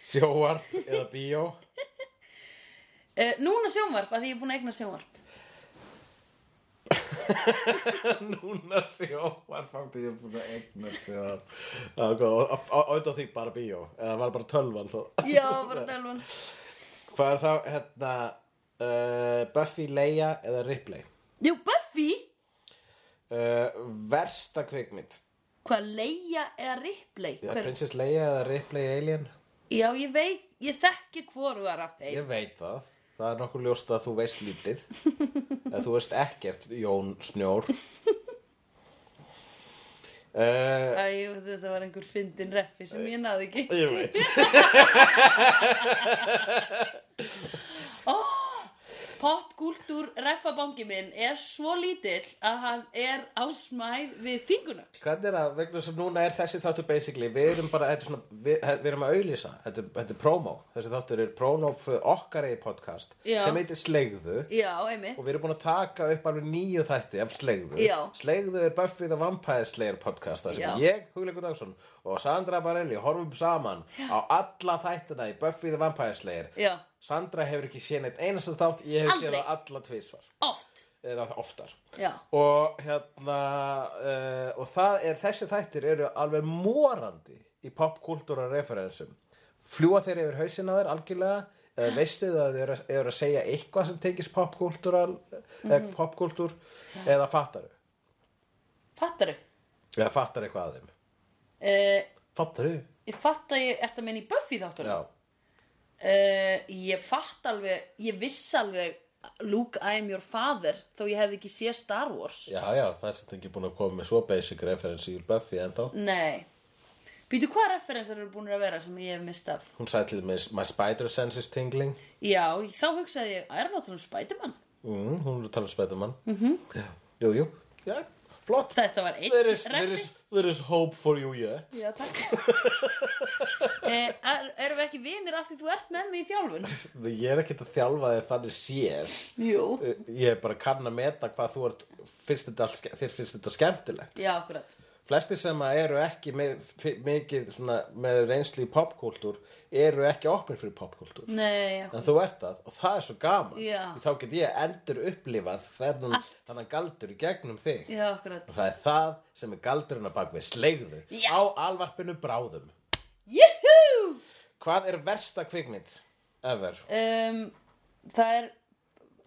Sjóar eða bíó
uh, Núna sjónvarp, að því ég er búin að eigna sjónvarp
Núna sjóar Fátti ég búin að eigna sjóar Átta því bara bíó Eða var bara tölvan þó
<laughs> Já, bara dælvan
Hvað er þá hérna uh, Buffy, Leia eða Ripley
Jú, Buffy
uh, Versta kvikmynd
Hvað, Leia eða Ripley?
Já,
Hver-
Princess Leia eða Ripley í Alien
Já, ég veit, ég þekki hvorugar af þeim
Ég veit það Það er nokkuð ljóst að þú veist lítið Eða þú veist ekkert Jón Snjór uh,
Æ, jú, þetta var einhver fyndin reppi sem ég náði ekki
Ég veit
Popkultúr reffabangi minn er svo lítill að hann er á smæð við fingunögl
Hvernig er að, vegna sem núna er þessi þáttur basically, við erum bara, þetta er svona, við, við erum að auðlýsa, þetta, er- þetta er promo, þessi þáttur er promo fyrir okkar eigi podcast
Já.
sem heitir Slegðu
Já, einmitt
og við erum búin að taka upp alveg nýju þætti af Slegðu.
Já.
Slegðu er Buffy the Vampire Slayer podcast þar sem
Já.
ég, Hugleikur Dagsson og Sandra Barelli horfum saman á alla þættina í Buffy the Vampire Slayer.
Já,
Sandra hefur ekki séð neitt einasta þátt, ég hef séð
Aldrei.
það alla tvisvar,
oft
eða oftar
Já,
og hérna uh, og það er, þessi þættir eru alveg morandi í popkultúra referensum fljúa þeir yfir hausinn á þeir algjörlega eða veistu þau að þau eru, eru að segja eitthvað sem tengist popkultúral eða popkultúr eða fattar
fattaru
eða fattar eitthvað að þeim
uh,
fattar
Ég fatta ég, ertu að minna í Buffy þáttur?
já,
Uh, ég fatt alveg, ég viss alveg Luke, I am your father þó ég hefði ekki séð Star Wars
já, já, það er sem ekki búin að koma með svo basic referensi í Buffy en þá
Nei Býtu hvaða referensar eru búin að vera sem ég hef mist af
hún sagði til með my spider senses tingling
Já, ég- þá hugsaði ég, er náttúrulega Spiderman
mm, hún er að tala um spætumann mm -hmm. jú, jú, já, flott
Þetta var einn
there is, there,
reffi-
is, there is hope for you yet
Já, takk eh, er, Erum við ekki vinir af því þú ert með mig í þjálfun?
Ég er ekkert að þjálfa þig þannig séð Eh,
Jú
Ég er bara kann að meta hvað þú ert finnst þetta allt, ske- Þér finnst þetta skemmtilegt
Já, akkurat
Flestir sem að eru ekki með, fi- mikið svona, með reynslu í popkúltúr eru ekki opnir fyrir popkúltúr
Nei,
En þú ert það og það er svo gaman
Já.
Þá get ég endur upplifað þennan, þannan galdur í gegnum þig
já, akkurat
Og það er það sem er galdurinn að bak við Sleigðu
Já.
á alvarpinu bráðum
Juhú
Hvað er versta kvikmynd? Ever
um, Það er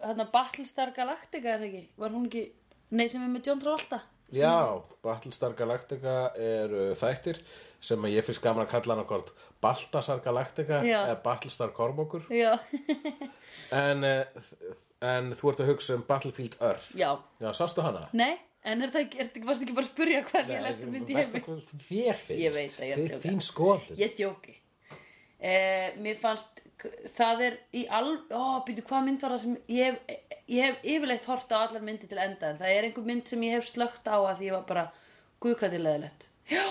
hérna Battlestar Galactica er það ekki Var hún ekki, nei sem er með John Travolta
Já, Battlestar Galactica eru þættir sem ég finnst gaman að kalla hann akkord Baltasar Galactica
Já.
eða Battlestar Kormokur
Já
en, eh, þ- en þú ert að hugsa um Battlefield Earth
Já,
Já sástu hana?
nei, en er það ekki, ertu ekki, varst ekki bara að spurja hvað ég lestu mynd í
Veistu
heimi
hvað þér finnst?
Ég veit að ég er að
Þið
djóka.
þín skoðun
Ég djóki eh, Mér fannst Það er í alveg Ó, býtu, hvað mynd var það sem Ég hef, ég hef yfirleitt hort á allar myndi til enda En það er einhver mynd sem ég hef slögt á að Því ég var bara guðkatileðilegt Já,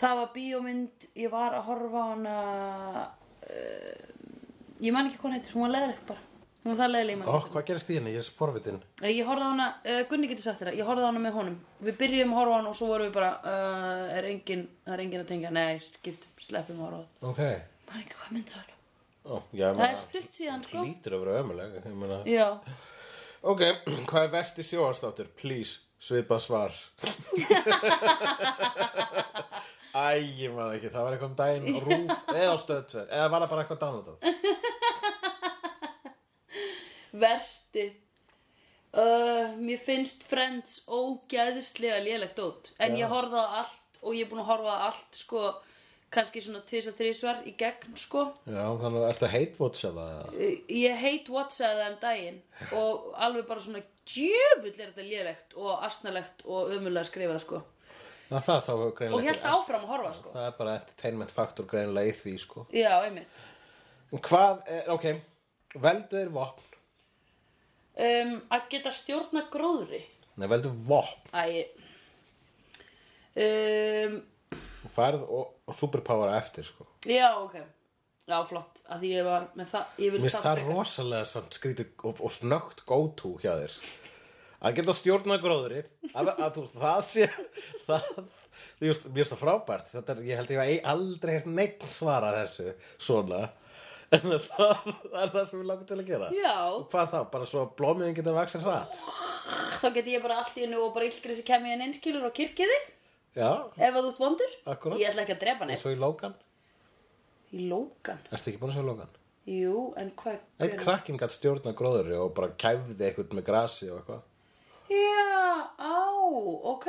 það var bíómynd Ég var að horfa á hana uh, Ég man ekki hvað hún heitir Hún var leðilegt bara Hún var það leðileg
Ó, hvað gerist í henni? Ég er svo forvitin
Ég horfði á hana, uh, Gunni getur sagt þér það, ég horfði á hana með honum. Við byrjum að horfa á hana og svo vorum við bara, uh, er engin, það er engin að tengja, nei, skiptum, sleppum að horfa á hana.
Ok
Man ekki hvað myndið var.
Ó, já,
Það er stutt síðan, sko.
Lítur að vera ömuleg ég meina.
Já.
Ok, <clears throat> hvað er vesti sjóastáttur? Please, svipa <laughs> svar Æ, ég maður ekki, það var eitthvað um daginn á Rúf eða stöðtver, eða var það bara eitthvað downloadað
Versti. Uh, mér finnst Friends ógeðslega lélegt út. En ég horfði á allt og ég er búin að horfa á allt, sko, kannski svona tvis að þrísvar í gegn, sko.
Já, þannig að ertu að heitwatcha það
Uh, Ég heit whatsaði það um daginn og alveg bara svona djöfull er þetta lélegt og asnalegt og ömulega skrifað, sko.
Já, það er þá
og
greinlega
held áfram að horfa sko
Það er bara entertainment faktor greinlega í því, sko
já, einmitt
En hvað, er, ok, veldu er vopn
um, að geta stjórna gróðri
Nei, veldu vopn
æ um,
Þú færð og, og superpower á eftir, sko
já, ok Já, flott, að því ég var með það Ég
Mér
vil
finnst það rosalega samt skrítið og, og snögt go-to hjá þér að geta stjórna gróðri að, að þú veist, það sé það, þú veist, mér finnst það frábært þetta er, ég held ég að ég aldrei hef neitt svara þessu svona en það, það er það sem við langar til að gera
Já.
og hvað þá, bara svo að blómiðin geta vaksið hratt
Þá geti ég bara allt í hennu og bara illgrissi kem ég en einskilur og kirkiði
já,
Ef að þú ert vondur
Akkúrat.
Ég ætla ekki að drepa
og
neitt
svo í lókan
Í lókan
ertu ekki búin að sjá lókan?
Jú, en hvað
einn krakkin gætt stjórna gróðri og bara kæfði eitthvað með grasi og eitthvað
Já, á, ok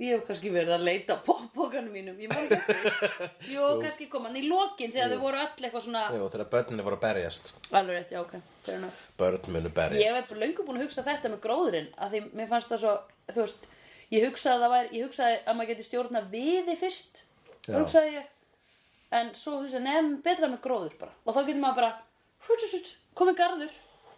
Ég hef kannski verið að leita á poppokanum mínum Ég maður ekki eftir því. Jú, kannski kom hann í lokin þegar þau voru öll eitthvað svona
Jú, þegar börninni voru að berjast
Alveg rétt, já, ok, fair enough
börn munu berjast
Ég hef eftir löngu búin að hugsa þetta með gróðurinn að því mér fannst það svo, þú veist ég hugsaði að, það væri, ég hugsaði að maður geti stjórna viði fyrst
Já.
hugsaði ég, en svo hugsaði nefn betra með gróður bara og þá getur maður bara hrut, hrut, hrut, komið garður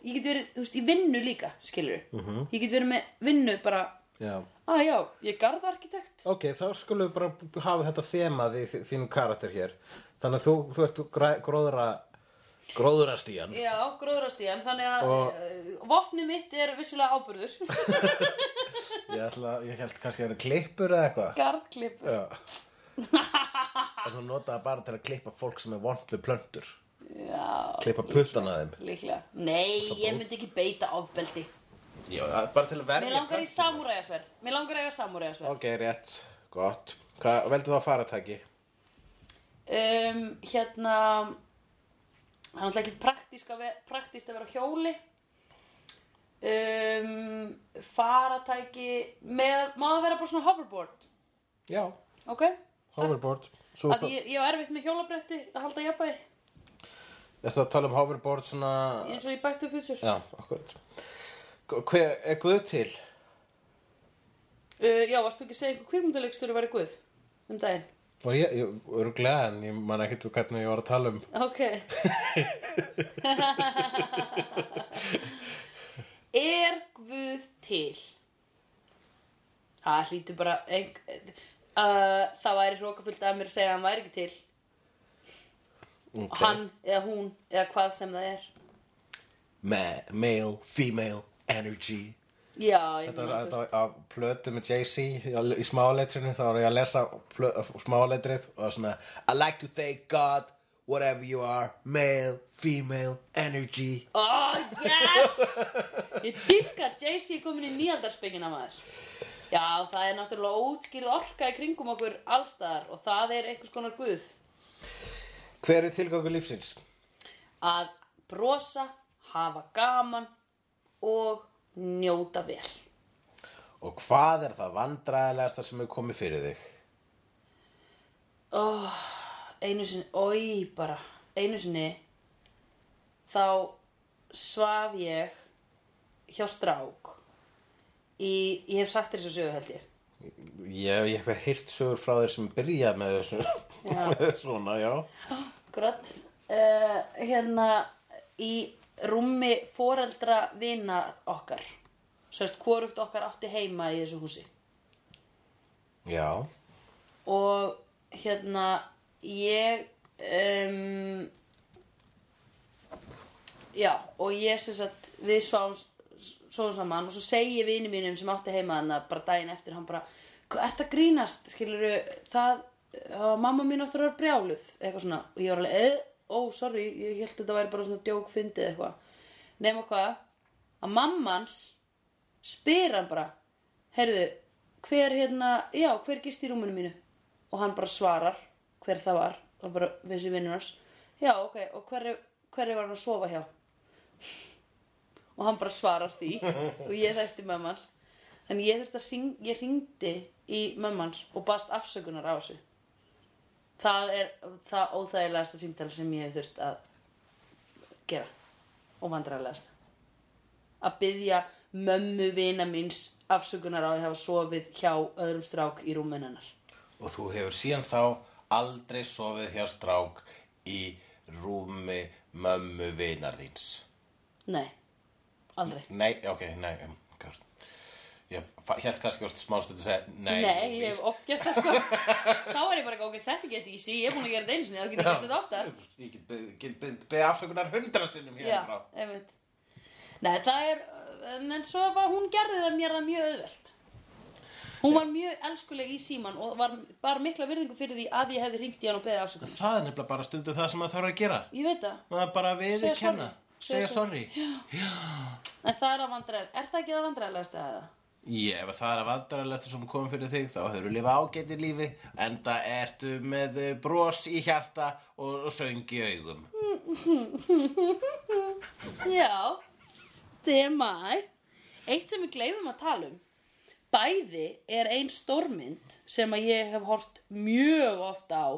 ég get verið, þú veist, í vinnu líka skilur
Mhm.
-huh. ég get verið með vinnu bara
Já.
að já, ég er garðarkitekt
Ok, þá skulum við bara hafa þetta þemað í þi- þínum karakter hér. Þannig að þú, þú ert græ- gróðra, gróðrastíjan.
já, gróðurastíðan, þannig að og...
Og-
vopnið mitt er vissulega ábyrður <laughs>
Ég, ætla, ég held kannski að það eru klippur eða eitthvað.
garðklippur
Já. En þú notaði bara til að klippa fólk sem er vond við plöntur.
já,
Klippa puttana þeim.
líklega nei, ég myndi ekki beita ofbeldi
Já, það er bara til að verja
Mér langar í samúræðasverð. Mér langar að eiga samúræðasverð.
Ok, rétt. Gott. Hvað veldu þá faratæki?
Um, hérna, það er alltaf ekki praktísk að, ve- praktískt að vera á hjóli. Um, faratæki, með, má það vera bara svona hoverboard,
Já,
ok?
hoverboard. Svo
Af
ertu
því ég, ég á erfitt með hjólabretti að halda jafnvægi,
ertu að tala um hoverboard svona...
eins og í Back to the Future.
Já, akkurat. Hver, er Guð til?
Uh, já, varstu ekki að segja einhver kvikmyndulegstöru væri guð um daginn?
Var ég, ég örglega en ég man ekkert hvernig ég var að tala um
Ok <laughs> Er Guð til? Það hlýtur bara ein, uh, Það væri hrókafullt að mér að segja að hann væri ekki til
Ok.
Hann eða hún eða hvað sem það er
Ma Male, female, energy
Já, ég
Þetta var
meina,
þetta var af plötu með Jay-Z í- í smáleitrinu, þá var ég að lesa plö- smáleitrið og það var svona I like to thank God, whatever you are male, female, energy
Oh, yes! Ég dyrka að Jay-Z er komin í nýjaldarspekina maður. Já, það er náttúrulega ótskýrð orka í kringum okkur allstaðar og það er einhvers konar guð.
Hver er tilgangu lífsins?
Að brosa, hafa gaman og njóta vel.
Og hvað er það vandræðilegasta sem er komið fyrir þig?
Oh, einu sinni, oi bara, einu sinni þá svaf ég hjá strák í, ég hef sagt þér þessu sögu held ég.
Ég, ég hef heyrt sögur frá þér sem byrjað með <laughs> þessu svona, já
Akkurat. Uh, hérna í rúmi foreldra vina okkar. Sérst, hvorugt okkar átti heima í þessu húsi.
Já,
Og hérna, ég, um, já, og ég sem sagt, við sváum svo saman og svo segi ég vini mínum sem átti heima þannig að bara daginn eftir, hann bara, "Hvað, ert að grínast, skilur það, uh, mamma mín áttur að vera brjáluð, eitthvað svona, og ég var alveg, eh, ó, sorry, ég held þetta væri bara svona djók fyndið eitthvað, nema hvað, að mammans spyr hann bara, heyrðu, hver hérna, já, hver gist í rúminu mínu? Og hann bara svarar hver það var, og bara við þessi vinnur hans. Já, ok, og hverju hver var hann að sofa hjá? Og hann bara svarar því og ég þekkti mömmu hans. Þannig ég þurfti að hring, ég hringdi í mömmu hans og baðst afsökunar á þessu. Það er það óþægilegasta símtala sem ég hef þurft að gera og vandræðilegasta að byggja mömmu vina míns afsökunar á því að hafa sofið hjá öðrum strák í rúminu hennar.
Og þú hefur síðan þá aldrei sofið hjá strák í rúmi mömmu vinar þíns.
Nei, aldrei.
Nei, ok, nei, um, hvað- Ég fa- hélt kannski að smástund að segja Nei,
Nei, ég
víst.
hef oft gert það sko <laughs> Þá er ég bara ekki, ok, þetta get ég ekki sí Ég er búin að gera þetta einu sinni, þá get ég gert þetta oftar
Ég get beðið- get beðið beð afsökunar hundra sinnum
Já,
hérna frá
einmitt Nei, það er, en, en svo var hún gerði það mér það mjög auðvelt Hún var mjög elskuleg í síman og var, var mikla virðingu fyrir því að ég hefði ringt í hann og beðið afsökunar
Það er nefnilega bara stundu það sem maður þarf að gera
Ég veit það,
Maður bara viði kenna
Segja
Segja
sorry.
sorry
en það er að vandræða Er það ekki að vandræðlega stæða?
Ég, ef það er að vandrarlesta sem kom fyrir þig þá hefur lifa ágæti lífi en það ertu með eh, bros í hjarta og, og söng í augum
Já, þema Eitt sem við gleymum að tala um Bæði er ein stórmynd sem að ég hef hort mjög ofta á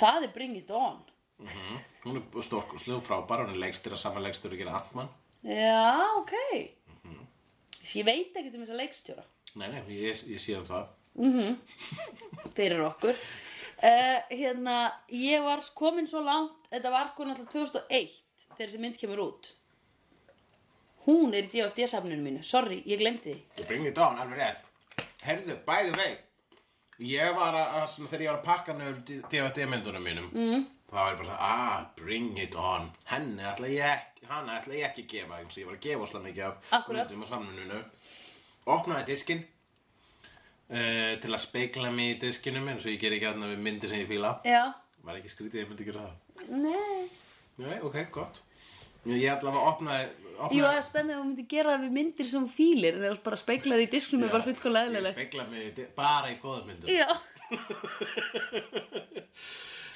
Það er Bring It On
Hún er stórkurslu og frábær, hún er leikstir að sama leikstur og gera Atman
Já, ok Ég veit ekkert um þessa leikstjóra
Nei, nei, ég, ég sé um það
fyrir okkur uh, Hérna, ég var komin svo langt Þetta var sko komin alltaf 2001 þegar þessi mynd kemur út Hún er í DFD-safninu mínu Sorry, ég glemdi því
Ég bring it on, alveg rétt Herðu, bæðu vei Ég var að, að svona, þegar ég var að pakka nöður DVD-myndunum mínum mm. þá var ég bara að, ah, bring it on henni ætla ég ekki, hana ætla ég ekki að gefa eins og ég var að gefa óslega mikið af
Akkúrat.
myndum og samluninu Opnaði diskin uh, til að speikla mig í diskinum eins og ég ger ekki aðna við myndir sem ég fíla
Já,
Var ekki skrítið, ég myndi gera það
nei
Nei, ok, gott Ég ætla að opnaði,
Jú,
opnaði
það er spennið að hún myndi gera það við myndir sem hún fílir en það bara speiklaði í disknum er bara fullkóla
Ég
eðlileg
speikla mig í di- bara í góðum myndum
Já,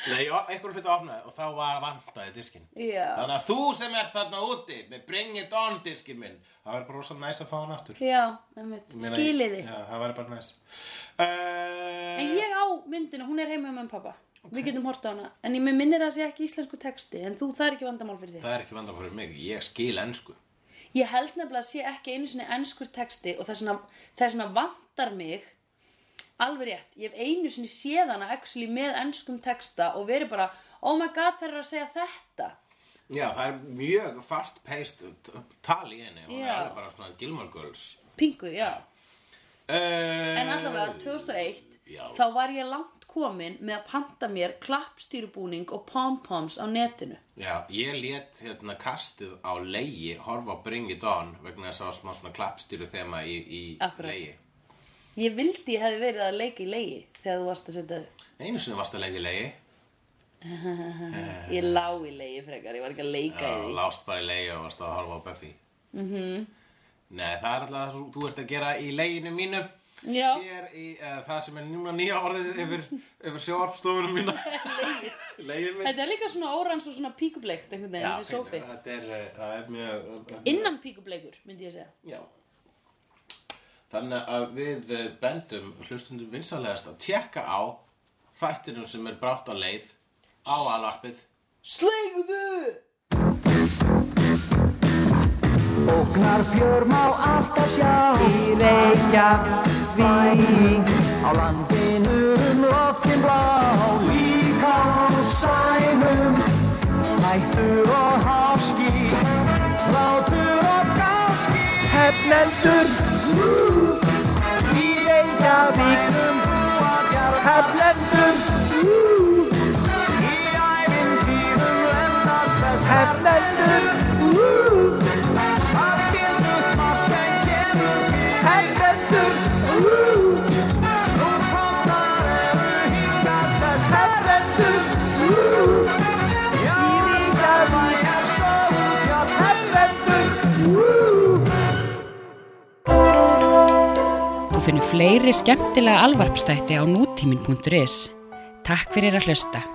Nei, einhvern hluti opnaði og þá var vantaði diskinn.
já,
Þannig að þú sem ert þarna úti með Bring It On diskinn minn, það verður bara rosa næs að fá hann aftur.
já, einmitt,
Ég meina,
skiliði
Já, það verður bara næs. Uh,
En ég á myndina, hún er heima með pappa Við getum horta á hana En ég mig minnir að það sé ekki íslensku texti En þú, það er ekki vandamál fyrir þig
Það er ekki vandamál fyrir mig, ég skil ennsku.
Ég held nefnilega að sé ekki einu sinni enskur texti Og þess vegna, þess vegna vandar mig Alveg rétt Ég hef einu sinni séð hana actually með enskum texta Og verið bara, oh my god, það er að segja þetta
Já, það er mjög fast-paced t- tal í henni, hún
Já.
er alveg bara svona Gilmore Girls.
Pingu, já
Uh,
En allavega 2001
Já.
þá var ég langt komin með að panta mér klappstýrubúning og pom-poms á netinu.
Já, ég let hérna kastið á leigi horfa á Bring It On vegna þess að það var smá svona klappstýru þema í, í
Akkúrat.
leigi.
Ég vildi ég hefði verið að leika í leigi þegar þú varst að setja þau.
Einu sinni varst að leika í leigi.
Ég lá í leigi frekar, ég var ekki að leika
Já,
í því.
lást bara í leigi og varst að horfa á Buffy -hmm. Nei, það er alltaf það sem þú ert að gera í leginu mínu
Já,
Hér í uh, það sem er núna nýja orðið yfir, yfir sjóarpstofunum mína Legið mitt
þetta er líka svona órans og svona píkubleikt einhvern veginn, þessi sófi.
Þetta er, eh, það er mjög eh,
Innan píkubleikur, myndi ég segja.
Já Þannig að við eh, bendum hlustundum vinsalegast að tjekka á þættinum sem er brátt á leið á alvarpið
Sleigðu!
Óknar fjör má alltaf sjá Í Reykjavík Á landinu um loftin blá Líka á sænum Hættur og háski Látur og gáski Hefnendur Í Reykjavík Hefnendur Í ævintýrum lendar þess Hefnendur Woo!
Þú finnir fleiri skemmtilega alvarpstætti á nútímin.is. Takk fyrir að hlusta.